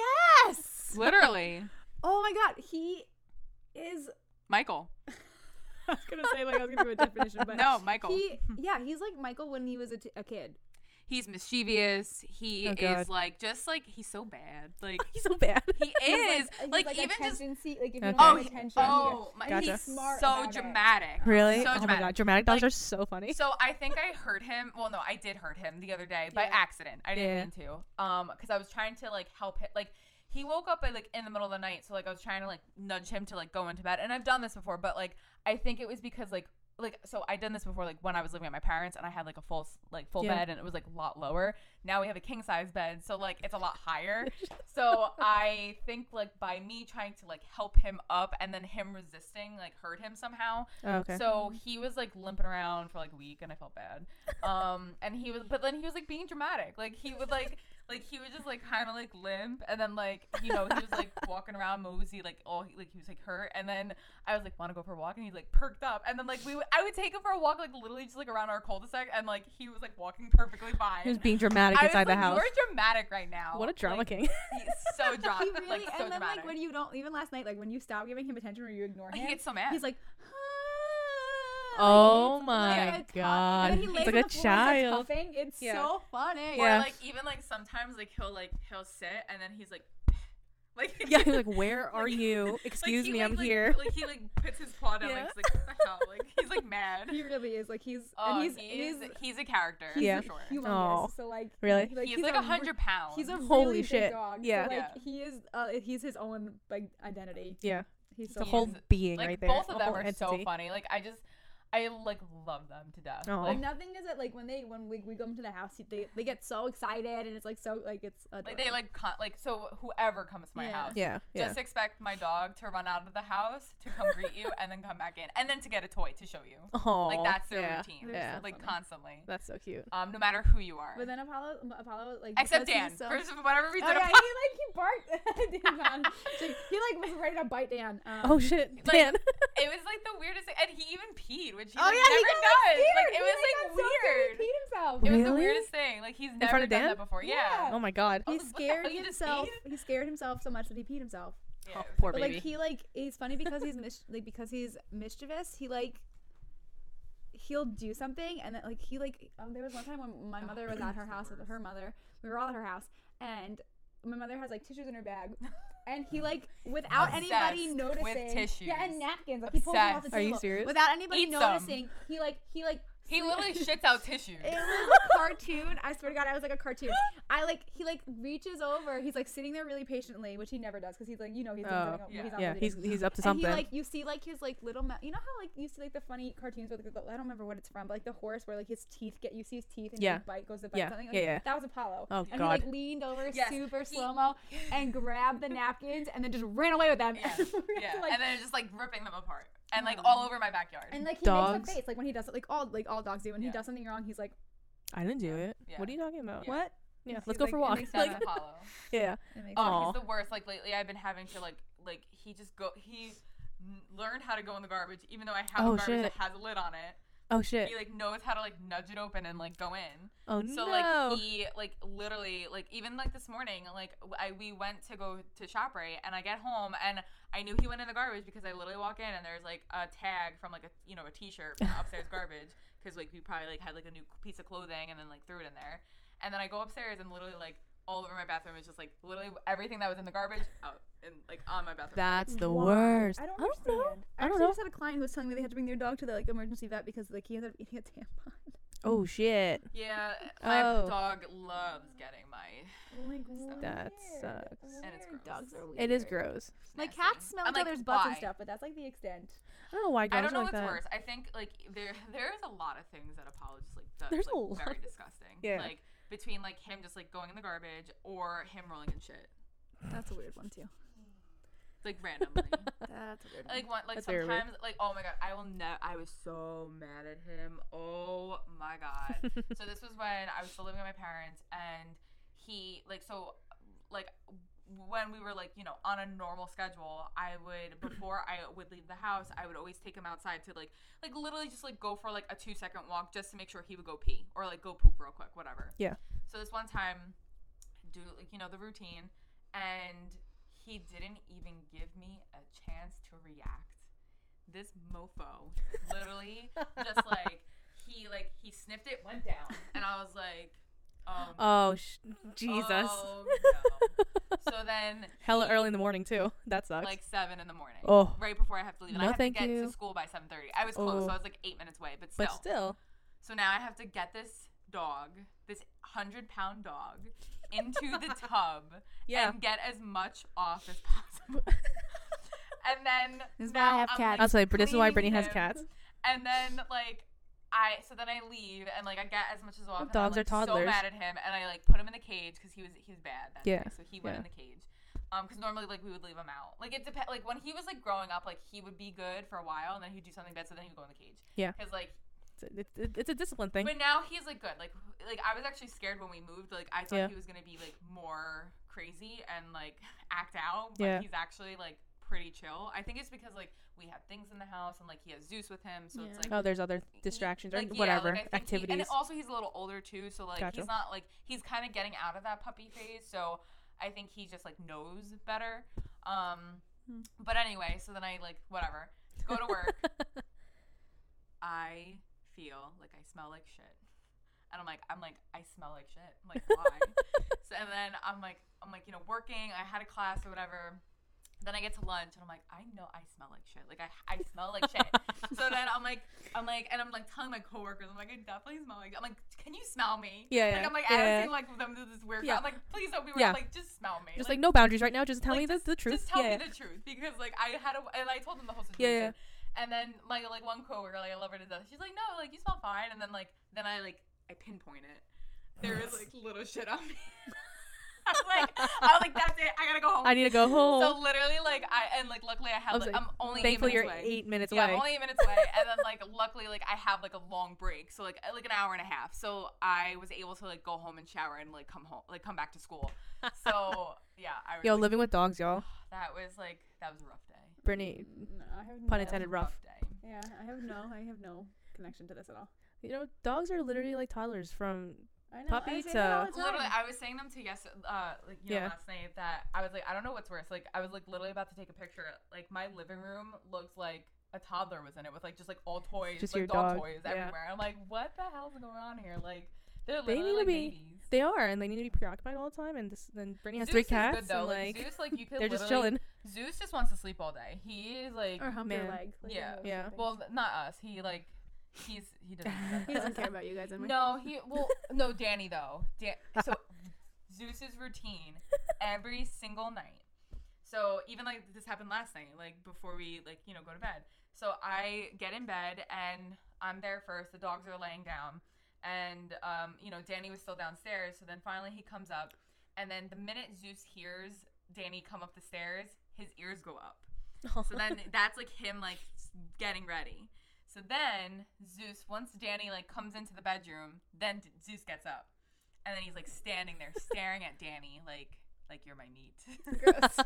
yes!
[laughs] Literally,
Oh my god, he is.
Michael.
I was gonna say like I was gonna do a definition, but
No, Michael. [laughs]
He, Oh, yeah, he's like Michael when he was a, t- a kid.
he's mischievous. He
Oh, God.
is like just like he's so bad. Like
[laughs] He's so bad.
he is like, even just
uh, attention seek- like if
Okay.
you
oh
want
he-
attention,
oh my,
Gotcha.
he's
Smart
so
about it.
dramatic.
[laughs] Really?
So
oh my
dramatic.
god, dramatic dolls
Like-
are so funny.
So I think I hurt him. Well, no, I did hurt him the other day by
Yeah.
accident. I didn't
Yeah.
mean to. Um, because I was trying to like help him. Like he woke up at like in the middle of the night, so like I was trying to like nudge him to like go into bed. And I've done this before, but like I think it was because like like so I done this before like when I was living at my parents and I had like a full s- like full
Yeah.
bed and it was like a lot lower. Now we have a king size bed, so like it's a lot
[laughs]
higher. so I think like by me trying to like help him up and then him resisting like hurt him somehow.
Oh, okay.
So he was like limping around for like a week, and I felt bad. Um, and he was, but then he was like being dramatic. Like he would like, like he would just like kind of like limp, and then like you know he was like walking around mosey, like all like he was like hurt, and then I was like want to go for a walk, and he like perked up, and then like we would, I would take him for a walk, like literally just like around our cul-de-sac, and like he was like walking perfectly fine.
he was being dramatic
I was
inside the
like,
house.
You're dramatic right now.
What a drama
Like,
king. [laughs]
He's
[laughs]
so
he
dramatic.
really,
like so
and then
dramatic.
like when you don't, even last night, like when you stop giving him attention or you ignore
he
him,
gets so mad.
he's like.
Oh
like
my
a cuff,
God.
And then he
It's
lays
like
on
a
the floor and starts
child.
puffing. It's
Yeah.
so funny.
Yeah.
Or like even like sometimes like he'll like he'll sit and then he's like [laughs] like
yeah,
[laughs]
he's like, where are
Like-
you?
like,
Excuse
he,
me,
like-
I'm
like-
here.
Like he like puts his paw down
Yeah.
like, he's like what the hell? Like he's
[laughs]
like
[laughs]
mad.
He really is like he's
Oh,
and he's
he's,
he's,
he's a character
he's
Yeah.
for sure.
humongous.
Aw.
So like
Really?
he-
he's, like a hundred pounds.
He's a
Holy
really
shit.
Big dog.
Yeah.
So, like
Yeah.
he is. Uh, he's his own like identity.
yeah,
He's so
the whole
he's-
being
like
right there.
both of
the
them
whole
are so
entity.
funny. Like I just I like love them to death.
Aw.
Like,
And nothing is it like when they when we, we come to the house they they get so excited and it's like so like it's
like they like con- like so whoever comes to my
Yeah.
house.
Yeah, yeah.
Just expect my dog to run out of the house to come greet you and then come back in and then to get a toy to show you.
Oh,
Like that's their
yeah.
routine.
Yeah.
so
Like
funny.
constantly.
That's so cute.
Um, no matter who you are.
But then Apollo Apollo like
Except
because
Dan.
he's so-
First of
[laughs]
whatever
oh
reason,
yeah, he
Apollo-
like he barked [laughs] Dan on. Like, he like was ready to bite Dan. Um,
Oh shit,
[laughs] Like,
Dan. [laughs]
it was like the weirdest thing. And he even peed, which he
Oh
like,
yeah, he
never
got Like,
does.
scared.
Like it
he,
was
like,
like
got so scared
weird.
He peed himself.
It was the
Really?
weirdest thing. Like he's never
front of
done
Dan?
that before. Yeah.
Yeah.
Oh my god.
Oh, [laughs]
He scared
he just
himself.
peed?
He scared himself so much that he peed himself.
Yeah, it was-
Poor
But
baby.
like he like he's funny because he's mis- like because he's mischievous. He like he'll do something and then like he like um, there was one time when my mother was at
[clears throat]
her
the
house with
worst.
her mother. We were all at her house and my mother has like tissues in her bag. [laughs] And he like without anybody
Obsessed
noticing,
with tissues.
yeah, and napkins. Like he pulls them off the
Obsessed.
Are you
table.
serious?
Without anybody
Eats 'em.
noticing, he like he like
[laughs] He
sli- [laughs]
literally shits out tissue.
it was
[laughs]
a cartoon. I swear to God, I was like a cartoon. I like he like reaches over. He's like sitting there really patiently, which he never does because he's like you know he's doing
Oh.
something else-
Yeah.
he's not
yeah,
really
he's
doing-
he's up to
and
something.
he like you see like his like little mouth. You know how like you see like the funny cartoons with like, the, I don't remember what it's from, but like the horse where like his teeth get you see his teeth and
Yeah.
he like, bite goes to bite
Yeah.
something. Like,
Yeah, yeah.
That was Apollo.
oh
and
god.
he like leaned over
Yes.
super
[laughs] He-
slow mo and grabbed the napkins and then just ran away with them.
Yeah.
And we had
yeah.
to, [laughs] like-
and then just like ripping them apart. And like all over my backyard.
and, like he
Dogs.
makes a face like when he does it like all like all dogs do when he
Yeah.
does something wrong he's like
I didn't do it.
Yeah.
What are you talking about?
Yeah.
What? Yeah,
He's
let's go
like-
for a
it
walk. [laughs]
makes
Like,
sense. [laughs]
Apollo.
yeah.
it makes
Aw.
sense.
Oh, he's the worst. Like lately, I've been having to like like he just go he n- learned how to go in the garbage, even though I have
Oh,
a garbage
shit.
that has a lid on it.
Oh shit.
He like knows how to like nudge it open and like go in.
Oh no.
So like he like literally like even like this morning like w- I we went to go to Shoprite and I get home and I knew he went in the garbage because I literally walk in and there's like a tag from like a you know a
[laughs]
T-shirt from upstairs garbage because like we probably like had like a new piece of clothing and then like threw it in there and then I go upstairs and literally like all over my bathroom is just like literally everything that was in the garbage out and like on my bathroom.
That's the
Why?
worst.
I don't
know.
understand.
I don't
actually
know.
just had a client who was telling me they had to bring their dog to the like emergency vet because like he ended up eating a tampon.
Oh shit.
yeah, my
Oh.
dog loves getting my.
Like
That weird. sucks.
And it's gross.
Dogs are weird.
It is gross.
Like
nasty.
cats smell
I'm
each
like,
other's butts and
why?
stuff, but that's like the extent.
I don't know why guys
I don't know
are like
what's
that.
worse. I think like there there's a lot of things that Apollo just like does
There's
like,
a lot.
very disgusting.
Yeah.
Like between like him just like going in the garbage or him rolling in shit.
That's a weird one too.
like randomly.
[laughs]
That's a weird one.
like one, like
That's very weird.
sometimes, like oh my god, I will never. I was so mad at him. Oh my god. so this was when I was still living with my parents, and he like so, like when we were like you know on a normal schedule, I would before I would leave the house, I would always take him outside to like like literally just like go for like a two second walk just to make sure he would go pee or like go poop real quick, whatever.
Yeah.
So this one time, do like you know the routine, and he didn't even give me a chance to react. This
[laughs]
mofo, literally, just like he like he sniffed it, went down, and I was like, um,
Oh, sh- Jesus.
oh, no.
[laughs]
so then
Hella early in the morning too. [laughs] That sucks.
like seven in the morning.
Oh.
Right before I have to leave, and
No,
I have to
thank
get
you.
to school by seven thirty. I was close,
Oh.
so I was like eight minutes away, but still.
but still,
So now I have to get this dog, this hundred pound dog, into
[laughs]
the tub
yeah.
and get as much off
[laughs]
as possible. [laughs] and then
This is why I
now
have
I'm,
cats.
like,
That's why. But this is why Brittany
cleaning
has
him.
cats.
And then like I so then I leave and like I get as much as well.
Dogs are
and I'm, like,
toddlers.
So mad at him, and I like put him in the cage because he was he was bad. That
Yeah,
day, so he went
yeah.
in the cage. Um, because normally like we would leave him out. Like it depends. Like when he was like growing up, like he would be good for a while, and then he'd do something bad, so then he'd go in the cage.
Yeah.
Because like
It's, it's, it's a discipline thing.
but now he's like good. Like like I was actually scared when we moved. Like I
Yeah.
thought he was gonna be like more crazy and like [laughs] act out. But
Yeah.
he's actually like pretty chill. I think it's because like we have things in the house and like he has Zeus with him, so
Yeah.
it's like
oh, there's other distractions or
like, yeah, like,
whatever
I think he-
activities.
and also he's a little older too, so like
Gotcha.
he's not like he's kind of getting out of that puppy phase. So I think he just like knows better. Um,
Hmm.
but anyway, so then I like whatever go to work. I feel like I smell like shit. And I'm like, I'm like, I smell like shit. I'm
[laughs]
like, why? so, and then I'm like, I'm like, you know, working. I had a class or whatever. Then I get to lunch and I'm like, I know I smell like shit. Like I, I smell like
[laughs]
shit. so then I'm like, I'm like, and I'm like telling my coworkers, I'm like, I definitely smell like. I'm like, can you smell me?
Yeah,
Like
yeah,
I'm like, I
yeah.
don't seem like them. This is weird.
Yeah.
I'm like, please don't be weird.
Yeah.
Like just smell me.
just like, no boundaries right now. Just tell
like,
me the,
just-
the truth.
Just tell
yeah.
me the truth because like I had a and I told them the whole
Yeah, yeah.
situation. And then my like one coworker, like I love her to death. She's like, no, like you smell fine. And then like then I like I pinpoint it. There is
[laughs]
like little shit on me. [laughs] I was like, I was like, that's it. I gotta go home.
I need to go home.
so literally, like I and like luckily I
I
had
was
like,
like,
I'm only eight
Thankfully,
minutes
you're
away.
eight minutes
yeah,
away.
I'm only eight minutes away,
[laughs]
and then like luckily, like I have like a long break, so like like an hour and a half, so I was able to like go home and shower and like come home, like come back
[laughs]
to school. So yeah, I was
Yo,
like,
living with dogs, y'all.
that was like that was a rough day.
Brittany,
no, I have
pun
no-
That was
intended,
a
rough.
day.
Yeah, I have no, I have no connection to this at all.
You know, dogs are literally like toddlers from.
I know.
Puppy
I say that all
to-
the time.
Literally, I was saying them to yes, uh, like you
Yeah.
know, last night that I was like, I don't know what's worse. Like, I was like literally about to take a picture. Like, my living room looks like a toddler was in it with like just like all toys,
Just
like
your
dog,
dog,
toys
yeah.
everywhere. I'm like, what the hell's going on here? Like, they're
They
literally
need to
like
be-
babies.
They are, and they need to be preoccupied all the time. And this, then Brittany has three
Zeus is
cats,
Good, though.
and
like,
like,
Zeus,
[laughs]
like you could
they're just
literally- [laughs]
chilling.
Zeus just wants to sleep all day. He is like,
or hump
Man.
your leg. like,
Yeah.
you know,
Yeah.
something.
well, not us. He like, he's he doesn't.
[laughs]
do that.
he doesn't
[laughs]
care about you guys. Anyway.
No, he well, no, Danny though. Dan- so Zeus's routine every single night. So even like this happened last night, like before we like you know go to bed. So I get in bed and I'm there first. The dogs are laying down, and um, you know Danny was still downstairs. So then finally he comes up, and then the minute Zeus hears Danny come up the stairs, his ears go up. So then that's like him like s- getting ready. So then Zeus, once Danny like comes into the bedroom, then D- Zeus gets up, and then he's like standing there staring at Danny like like you're my meat.
[laughs]
Gross.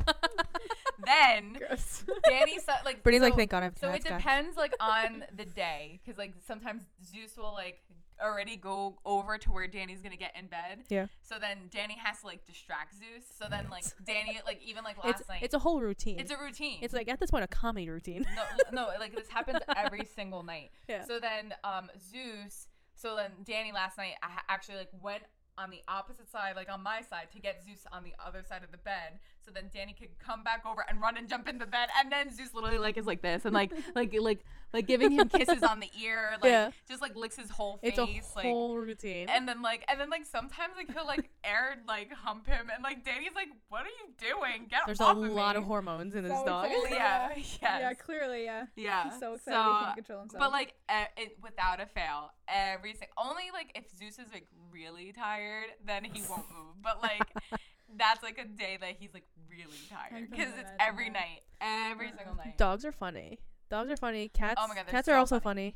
[laughs] then
Gross.
Danny so, like
Brittany's like,
so-
thank God I have
so it
cats. guys."
depends like on the day because like sometimes Zeus will like already go over to where Danny's gonna get in bed.
Yeah.
So then Danny has to like distract Zeus. So then like Danny like even like last
It's
night
it's a whole routine.
it's a routine.
It's like at this point a comedy routine.
no, no, like this happens
[laughs]
every single night.
Yeah.
So then, um, Zeus. So then, Danny last night I ha- actually like went on the opposite side, like on my side, to get Zeus on the other side of the bed. So then Danny could come back over and run and jump in the bed, and then Zeus literally like is like this
[laughs]
and like like like like giving him kisses on the ear, like
Yeah.
just like licks his whole
It's
face,
a
like
whole routine.
and then like and then like sometimes like he'll like air like hump him and like Danny's like, What are you doing? Get
There's
off
a lot
me.
of hormones in this
So
dog.
excited.
Yeah,
Yeah,
yes.
clearly, yeah.
Yeah.
He's so excited he
So,
can't control himself.
But like e- it, without a fail, every sing- only like if Zeus is like really tired, then he won't move. But like that's like a day that he's like really tired
can
because it's
imagine
every
that.
night, every single night.
Dogs are funny. Dogs are funny. Cats.
Oh my God, they're
cats
so
are also funny.
funny.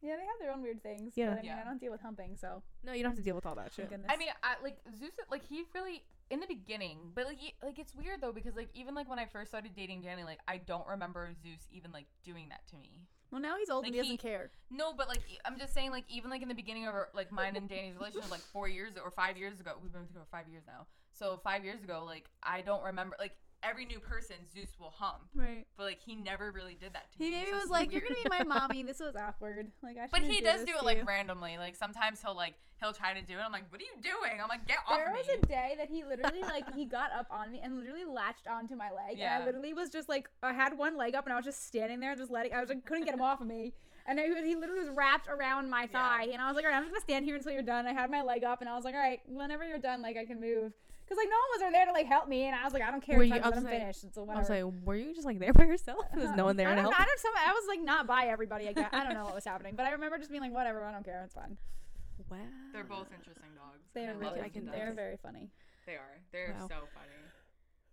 Yeah, they have their own weird things.
Yeah.
But I mean,
Yeah.
I don't deal with humping, so.
No, you don't have to deal with all that shit.
Goodness.
I mean, I, like Zeus, like he really in the beginning, but like he, like it's weird though because like even like when I first started dating Danny, like I don't remember Zeus even like doing that to me.
Well, now he's old
Like,
and he doesn't
he-
care.
No, but like e- I'm just saying, like even like in the beginning of our, like mine and Danny's relationship, like four years or five years ago, we've been together for five years now. So five years ago, like I don't remember, like every new person Zeus will hump,
Right.
but like he never really did that to
He
me.
maybe
so
was
it's
like, "You're [laughs]
weird.
gonna be my mommy. This was awkward. Like I."
But
shouldn't
he
do
does
this
do
to
it
you."
like randomly. Like sometimes he'll like he'll try to do it. I'm like, what are you doing? I'm like, get off
There
me.
was a day that he literally like he got up on me and literally latched onto my leg, and
Yeah.
I literally was just like I had one leg up and I was just standing there, just letting I was like couldn't get him off of me, and I, he literally was wrapped around my thigh, and I was like, "All right, I'm just gonna stand here until you're done." I had my leg up, and I was like, "All right, whenever you're done, like I can move," because like no one was there to like help me, and I was like, "I don't care
Were
if
you-
I'm,
I was
I'm
gonna say-
finished." So
I was
whatever.
like, were you just like there by yourself? There's no one there
I
to
don't,
help.
I don't. Some, I was like not by everybody. I, guess. I don't know what was happening, but I remember just being like, "Whatever, I don't care. It's fine."
Wow.
They're both interesting dogs.
They
and
are
I love
really,
I
them
can-
to
they are
death.
very funny.
[laughs] They are. They're
Wow.
so
[laughs]
funny.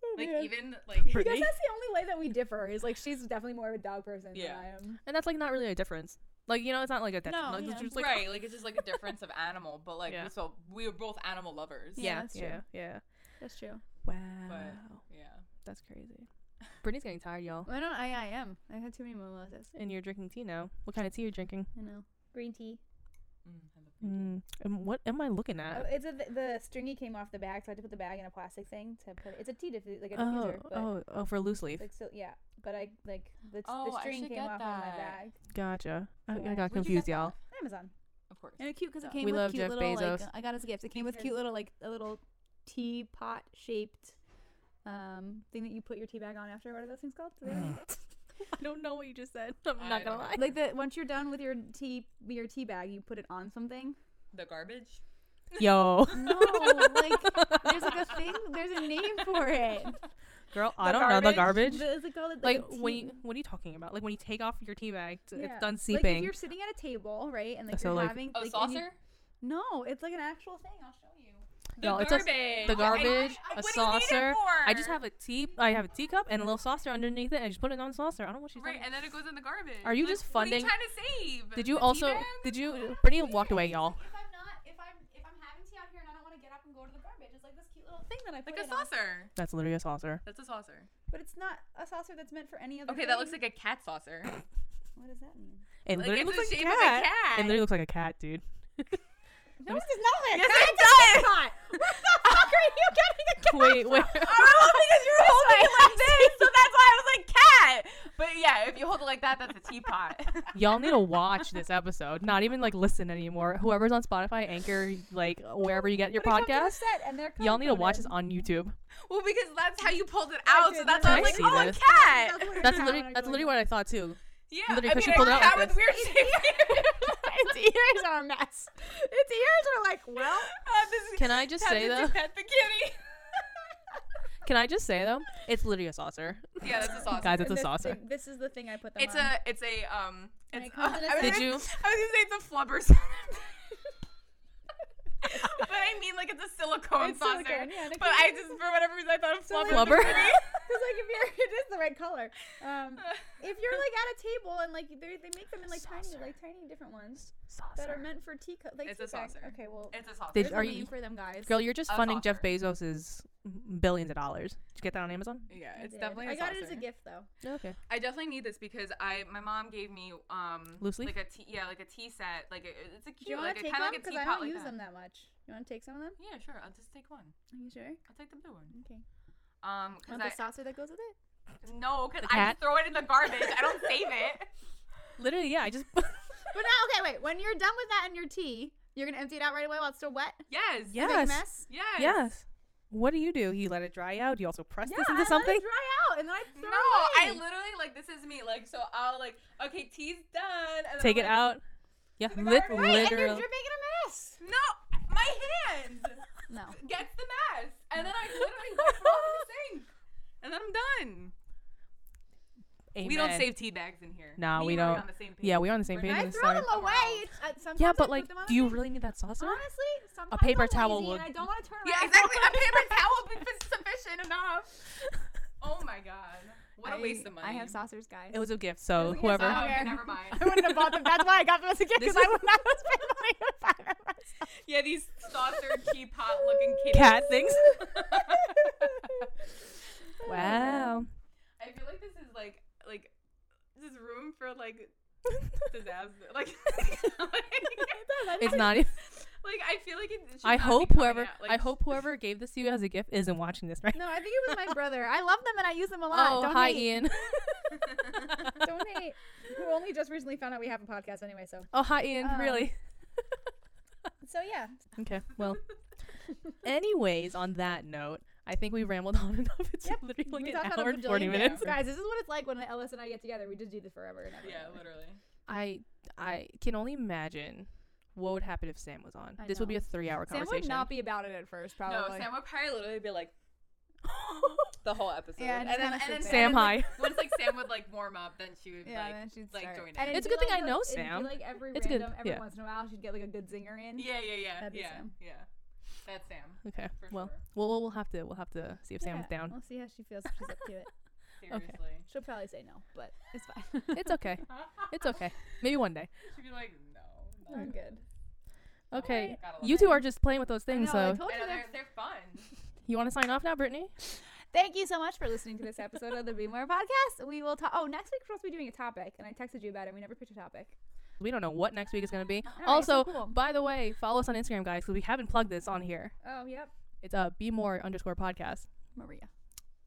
Oh,
Like
man. [laughs]
even like [laughs]
I guess
Brittany?
that's the only way that we differ is like she's definitely more of a dog person than
Yeah.
I am.
And that's like not really a difference. Like you know, it's not like a detriment.
No,
like,
yeah.
it's just like
right, like it's
[laughs]
just like a difference of animal, but like
Yeah.
so we are both animal lovers.
Yeah,
Yeah,
that's
yeah, yeah,
true. That's true.
Wow,
Yeah.
that's crazy. Brittany's getting tired, y'all.
I don't. I, I am. I've had too many mimosas.
And you're drinking tea now. What kind of tea are you drinking?
I know. Green tea.
Mm. And what am I looking
Uh,
Oh,
at?
it's a, the, the stringy came off the bag, so I had to put the bag in a plastic thing to put it. It's a tea diffu- like a
Oh,
diffuser, but
oh, oh, for loose leaf.
like so yeah. But I like the,
Oh,
the
I
string
should
came
get
off of my
that.
bag.
Gotcha. I, I
Where'd
got
you
confused,
get
y'all.
Amazon.
Of course.
And it's cute because it
came
We with love cute Jeff little, like, Bezos.
I got as a gift. It came with cute little like a little teapot shaped um thing that you put your tea bag on after. What are those things called? [laughs]
[laughs] I don't know what you just said. I'm
I
not gonna
don't
lie.
like that once you're done with your tea your tea bag you put it on something
The garbage?
[laughs] Yo,
[laughs] no like there's like a thing there's a name for [laughs] it
girl, I don't know the garbage.
The- it's like, called,
Like
a tea-
when you, what are you talking about? Like when you take off your tea bag, t-
Yeah.
it's done
like if
seeping.
you're sitting at a table right and like
So,
you're
like-
having
Oh,
like, and you-
saucer?
no it's like an actual thing i'll show you
The
Y'all, it's a-
garbage.
the garbage,
I-
a
what do you need it
saucer. I just
for?
have a tea. I have a teacup and a little saucer underneath it. and I just put it on the saucer. I don't know what she's
Right,
talking.
and then it goes in the garbage.
Are you
Like,
just
what are
funding-
you trying to save?
Did you
The tea
also?
bag?
Did you? Brittany walked away, y'all.
If I'm not, if I'm, if I'm having tea out here and I don't want to get up and go to the garbage, it's like this cute little
thing that i put
Like
it
a
on.
saucer.
That's literally a saucer.
That's a saucer.
but it's not a saucer that's meant for any other
Okay, that looks
thing.
like a
[laughs]
cat saucer. [laughs]
what does that mean
It
Like,
literally looks
it's
like a
the shape of
cat.
a cat.
It literally looks like a cat, dude.
no it's not like a
Yes,
cat
it
it's a teapot. what the fuck are you getting a
[laughs]
cat
Wait, wait.
Oh, because you were holding it like this, so that's why I was like cat. But yeah, if you hold it like that, that's
[laughs]
a teapot. [laughs]
y'all need to watch this episode. Not even like listen anymore. Whoever's on Spotify, Anchor, like wherever you get your
They come to the
podcast,
set and they're
y'all need to watch
color-coded.
this on YouTube.
well, because that's how you pulled it out, so
did
that's why I was like,
see
oh,
this.
a cat.
[laughs]
what
That's
I found
literally
when I
that's
joined.
literally what [laughs] I thought too.
Yeah,
Literally,
I
'cause she
mean,
pulled
a
it out
cat
like
with weird shapes.
[laughs]
[laughs]
its ears are a mess. Its ears are like, [laughs]
[laughs]
well,
Uh, this is-
Can I just
how
say
did you
though?
pet the kitty?
Can I just say though? It's literally a saucer,
[laughs] yeah, that's a saucer.
guys. It's a
this,
saucer.
thing- this is the thing I put them
It's
on.
a it's a um.
And
It's,
it comes in a
[laughs] I was
Did
gonna-
you-
I was gonna say it's a flubber. [laughs] but I mean, like it's a silicone
It's [laughs]
saucer.
silicone, yeah, and it
but
comes
I
in-
just for whatever reason I thought of
So, like,
flubber.
Flubber?
[laughs] Because like if you're, it is the right color. Um, if you're like at a table and like they they make them in like tiny like tiny different ones that are
Saucer.
meant for tea cup like
It's a
tea bags.
saucer.
Okay, well,
it's a saucer.
Did-
there's a
are
name
you-
for them guys?
Girl, you're just
A
funding Jeff Bezos's billions of dollars. Did you get that on Amazon?
[laughs] yeah,
I
it's
did.
definitely.
I
I
got it as a gift though.
Okay.
I definitely need this because I my mom gave me um
Loose leaf?
like a tea yeah like a tea set like it- it's a
Do you
cute
want
like
to
a
take
kind
them?
of like a
Because I
teapot
don't
like
use
that.
them that much. You want to take some of them?
Yeah, sure. I'll just take one.
Are you sure?
I'll take the blue one.
Okay.
Um, cause
Want
I,
the saucer that goes with it?
no, because
The
I
cat?
just throw it in the garbage. [laughs] I don't save it. [laughs]
Literally, yeah. I just [laughs]
But no, okay, wait. When you're done with that in your tea, you're gonna empty it out right away while it's still wet.
Yes.
Yeah.
Big
Yes.
mess.
Yes.
yes. What do you do? You let it dry out. You also press this
I
into
let it
something.
dry out, and then I
No,
throw
I
it away.
literally like this is me. Like so, I'll like okay, tea's done. And then
Take
I'm
it
like,
out. Yeah,
the
lit-
Wait,
garbage.
and you're,
literally.
you're making a mess.
No, my hand
No.
gets the mess, and then I literally wipe it off in the sink, and then I'm done. We don't
Amen.
save tea bags in here.
Nah,
Me
we
and Rory
don't.
On the same page.
Yeah, we're on the same page.
We're not-
on
I
this
throw
side.
them away. It's, uh, sometimes
Yeah,
I
but
put
like,
them on
do you
the-
really need that saucer?
honestly
A
sometimes
paper
I'm
towel
lazy
would-
And I don't want to turn around. [laughs]
Yeah, exactly. A paper towel would be sufficient enough.
[laughs]
Oh my god. What a
I-
waste of money.
I have saucers, guys.
It was a gift, so
was a gift,
whoever.
so-
[laughs]
Oh, okay,
Fair. [laughs]
never mind.
I wouldn't have bought them. That's why I got them as a gift
This
because I
is-
would not have spent money to buy them. myself.
Yeah, these
[laughs]
saucer teapot looking kitties. [laughs]
Cat things.
Wow.
wow.
I feel like this is like like this is room for like disaster.
[laughs]
Like, [laughs]
It's not. Even,
like I feel like it. should
I
not be
hope
coming
whoever.
out, like-
I
[laughs]
hope whoever gave this to you as a gift isn't watching this right.
[laughs] No, I think it was my brother. I love them and I use them a lot.
Oh,
Donate.
hi, Ian. [laughs]
Donate. Who only just recently found out we have a podcast anyway. So,
oh, hi, Ian.
Um,
really?
so yeah.
Okay.
[laughs]
Well. Anyways, on that note, I think we rambled on [laughs] enough. It's
Yep,
literally like
We
an
talked about it
hour
a
and forty
bajillion
minutes.
times. Guys, this is what it's like when Ellis and I get together. We just do this forever and ever.
[laughs] yeah, literally.
I I can only imagine what would happen if Sam was on.
I
this would be
know.
a three-hour
Sam
conversation.
would not be about it at first, probably.
No, Sam would probably literally
[laughs]
be like the whole episode.
Yeah,
and
just
then, and
kinda
then,
sit there.
Sam,
and then, like,
[laughs]
hi.
once like Sam would like warm up, then she would
yeah,
like
then she'd
like,
start.
join
And
in.
it'd
It's a
be
good thing
like
I know
it'd be
Sam.
like every
It's good,
random, every
yeah.
once in a while, she'd get like a good zinger in.
Yeah, yeah, yeah,
That'd be
yeah,
Sam.
yeah. That's Sam.
Okay.
For
Well,
sure.
well, we'll we'll have to we'll have to see if Sam's
Yeah,
down.
We'll see how she feels if she's up
[laughs]
to it.
Seriously. [laughs]
She'll probably say no, but it's fine.
[laughs]
[laughs]
It's okay. It's okay. Maybe one day.
She'd be like, no. no.
We're good.
Okay.
Gotta love
You
it.
two are just playing with those things,
Oh I know, I
so
told
I
you
know,
they're
they're, they're fun.
you want to sign off now, Brittany?
Thank you so much for listening to this episode of the Be More podcast. We will talk. Oh, next week we're supposed to be doing a topic, and I texted you about it. We never picked a topic.
We don't know what next week is going to be.
it's so
also,
cool.
by the way, follow us on Instagram, guys, because we haven't plugged this on here.
Oh, yep,
It's uh, be more underscore podcast
Maria.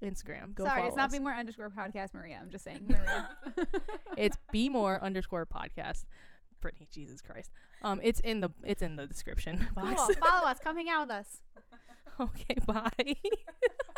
Instagram. Go
Sorry,
follow
it's not
us.
Be More underscore podcast, Maria. I'm just saying. Maria. [laughs]
it's be more underscore podcast. Brittany, Jesus Christ. Um, it's in the it's in the description [laughs]
cool.
box. [laughs]
Follow us. Come hang out with us.
okay, bye. [laughs]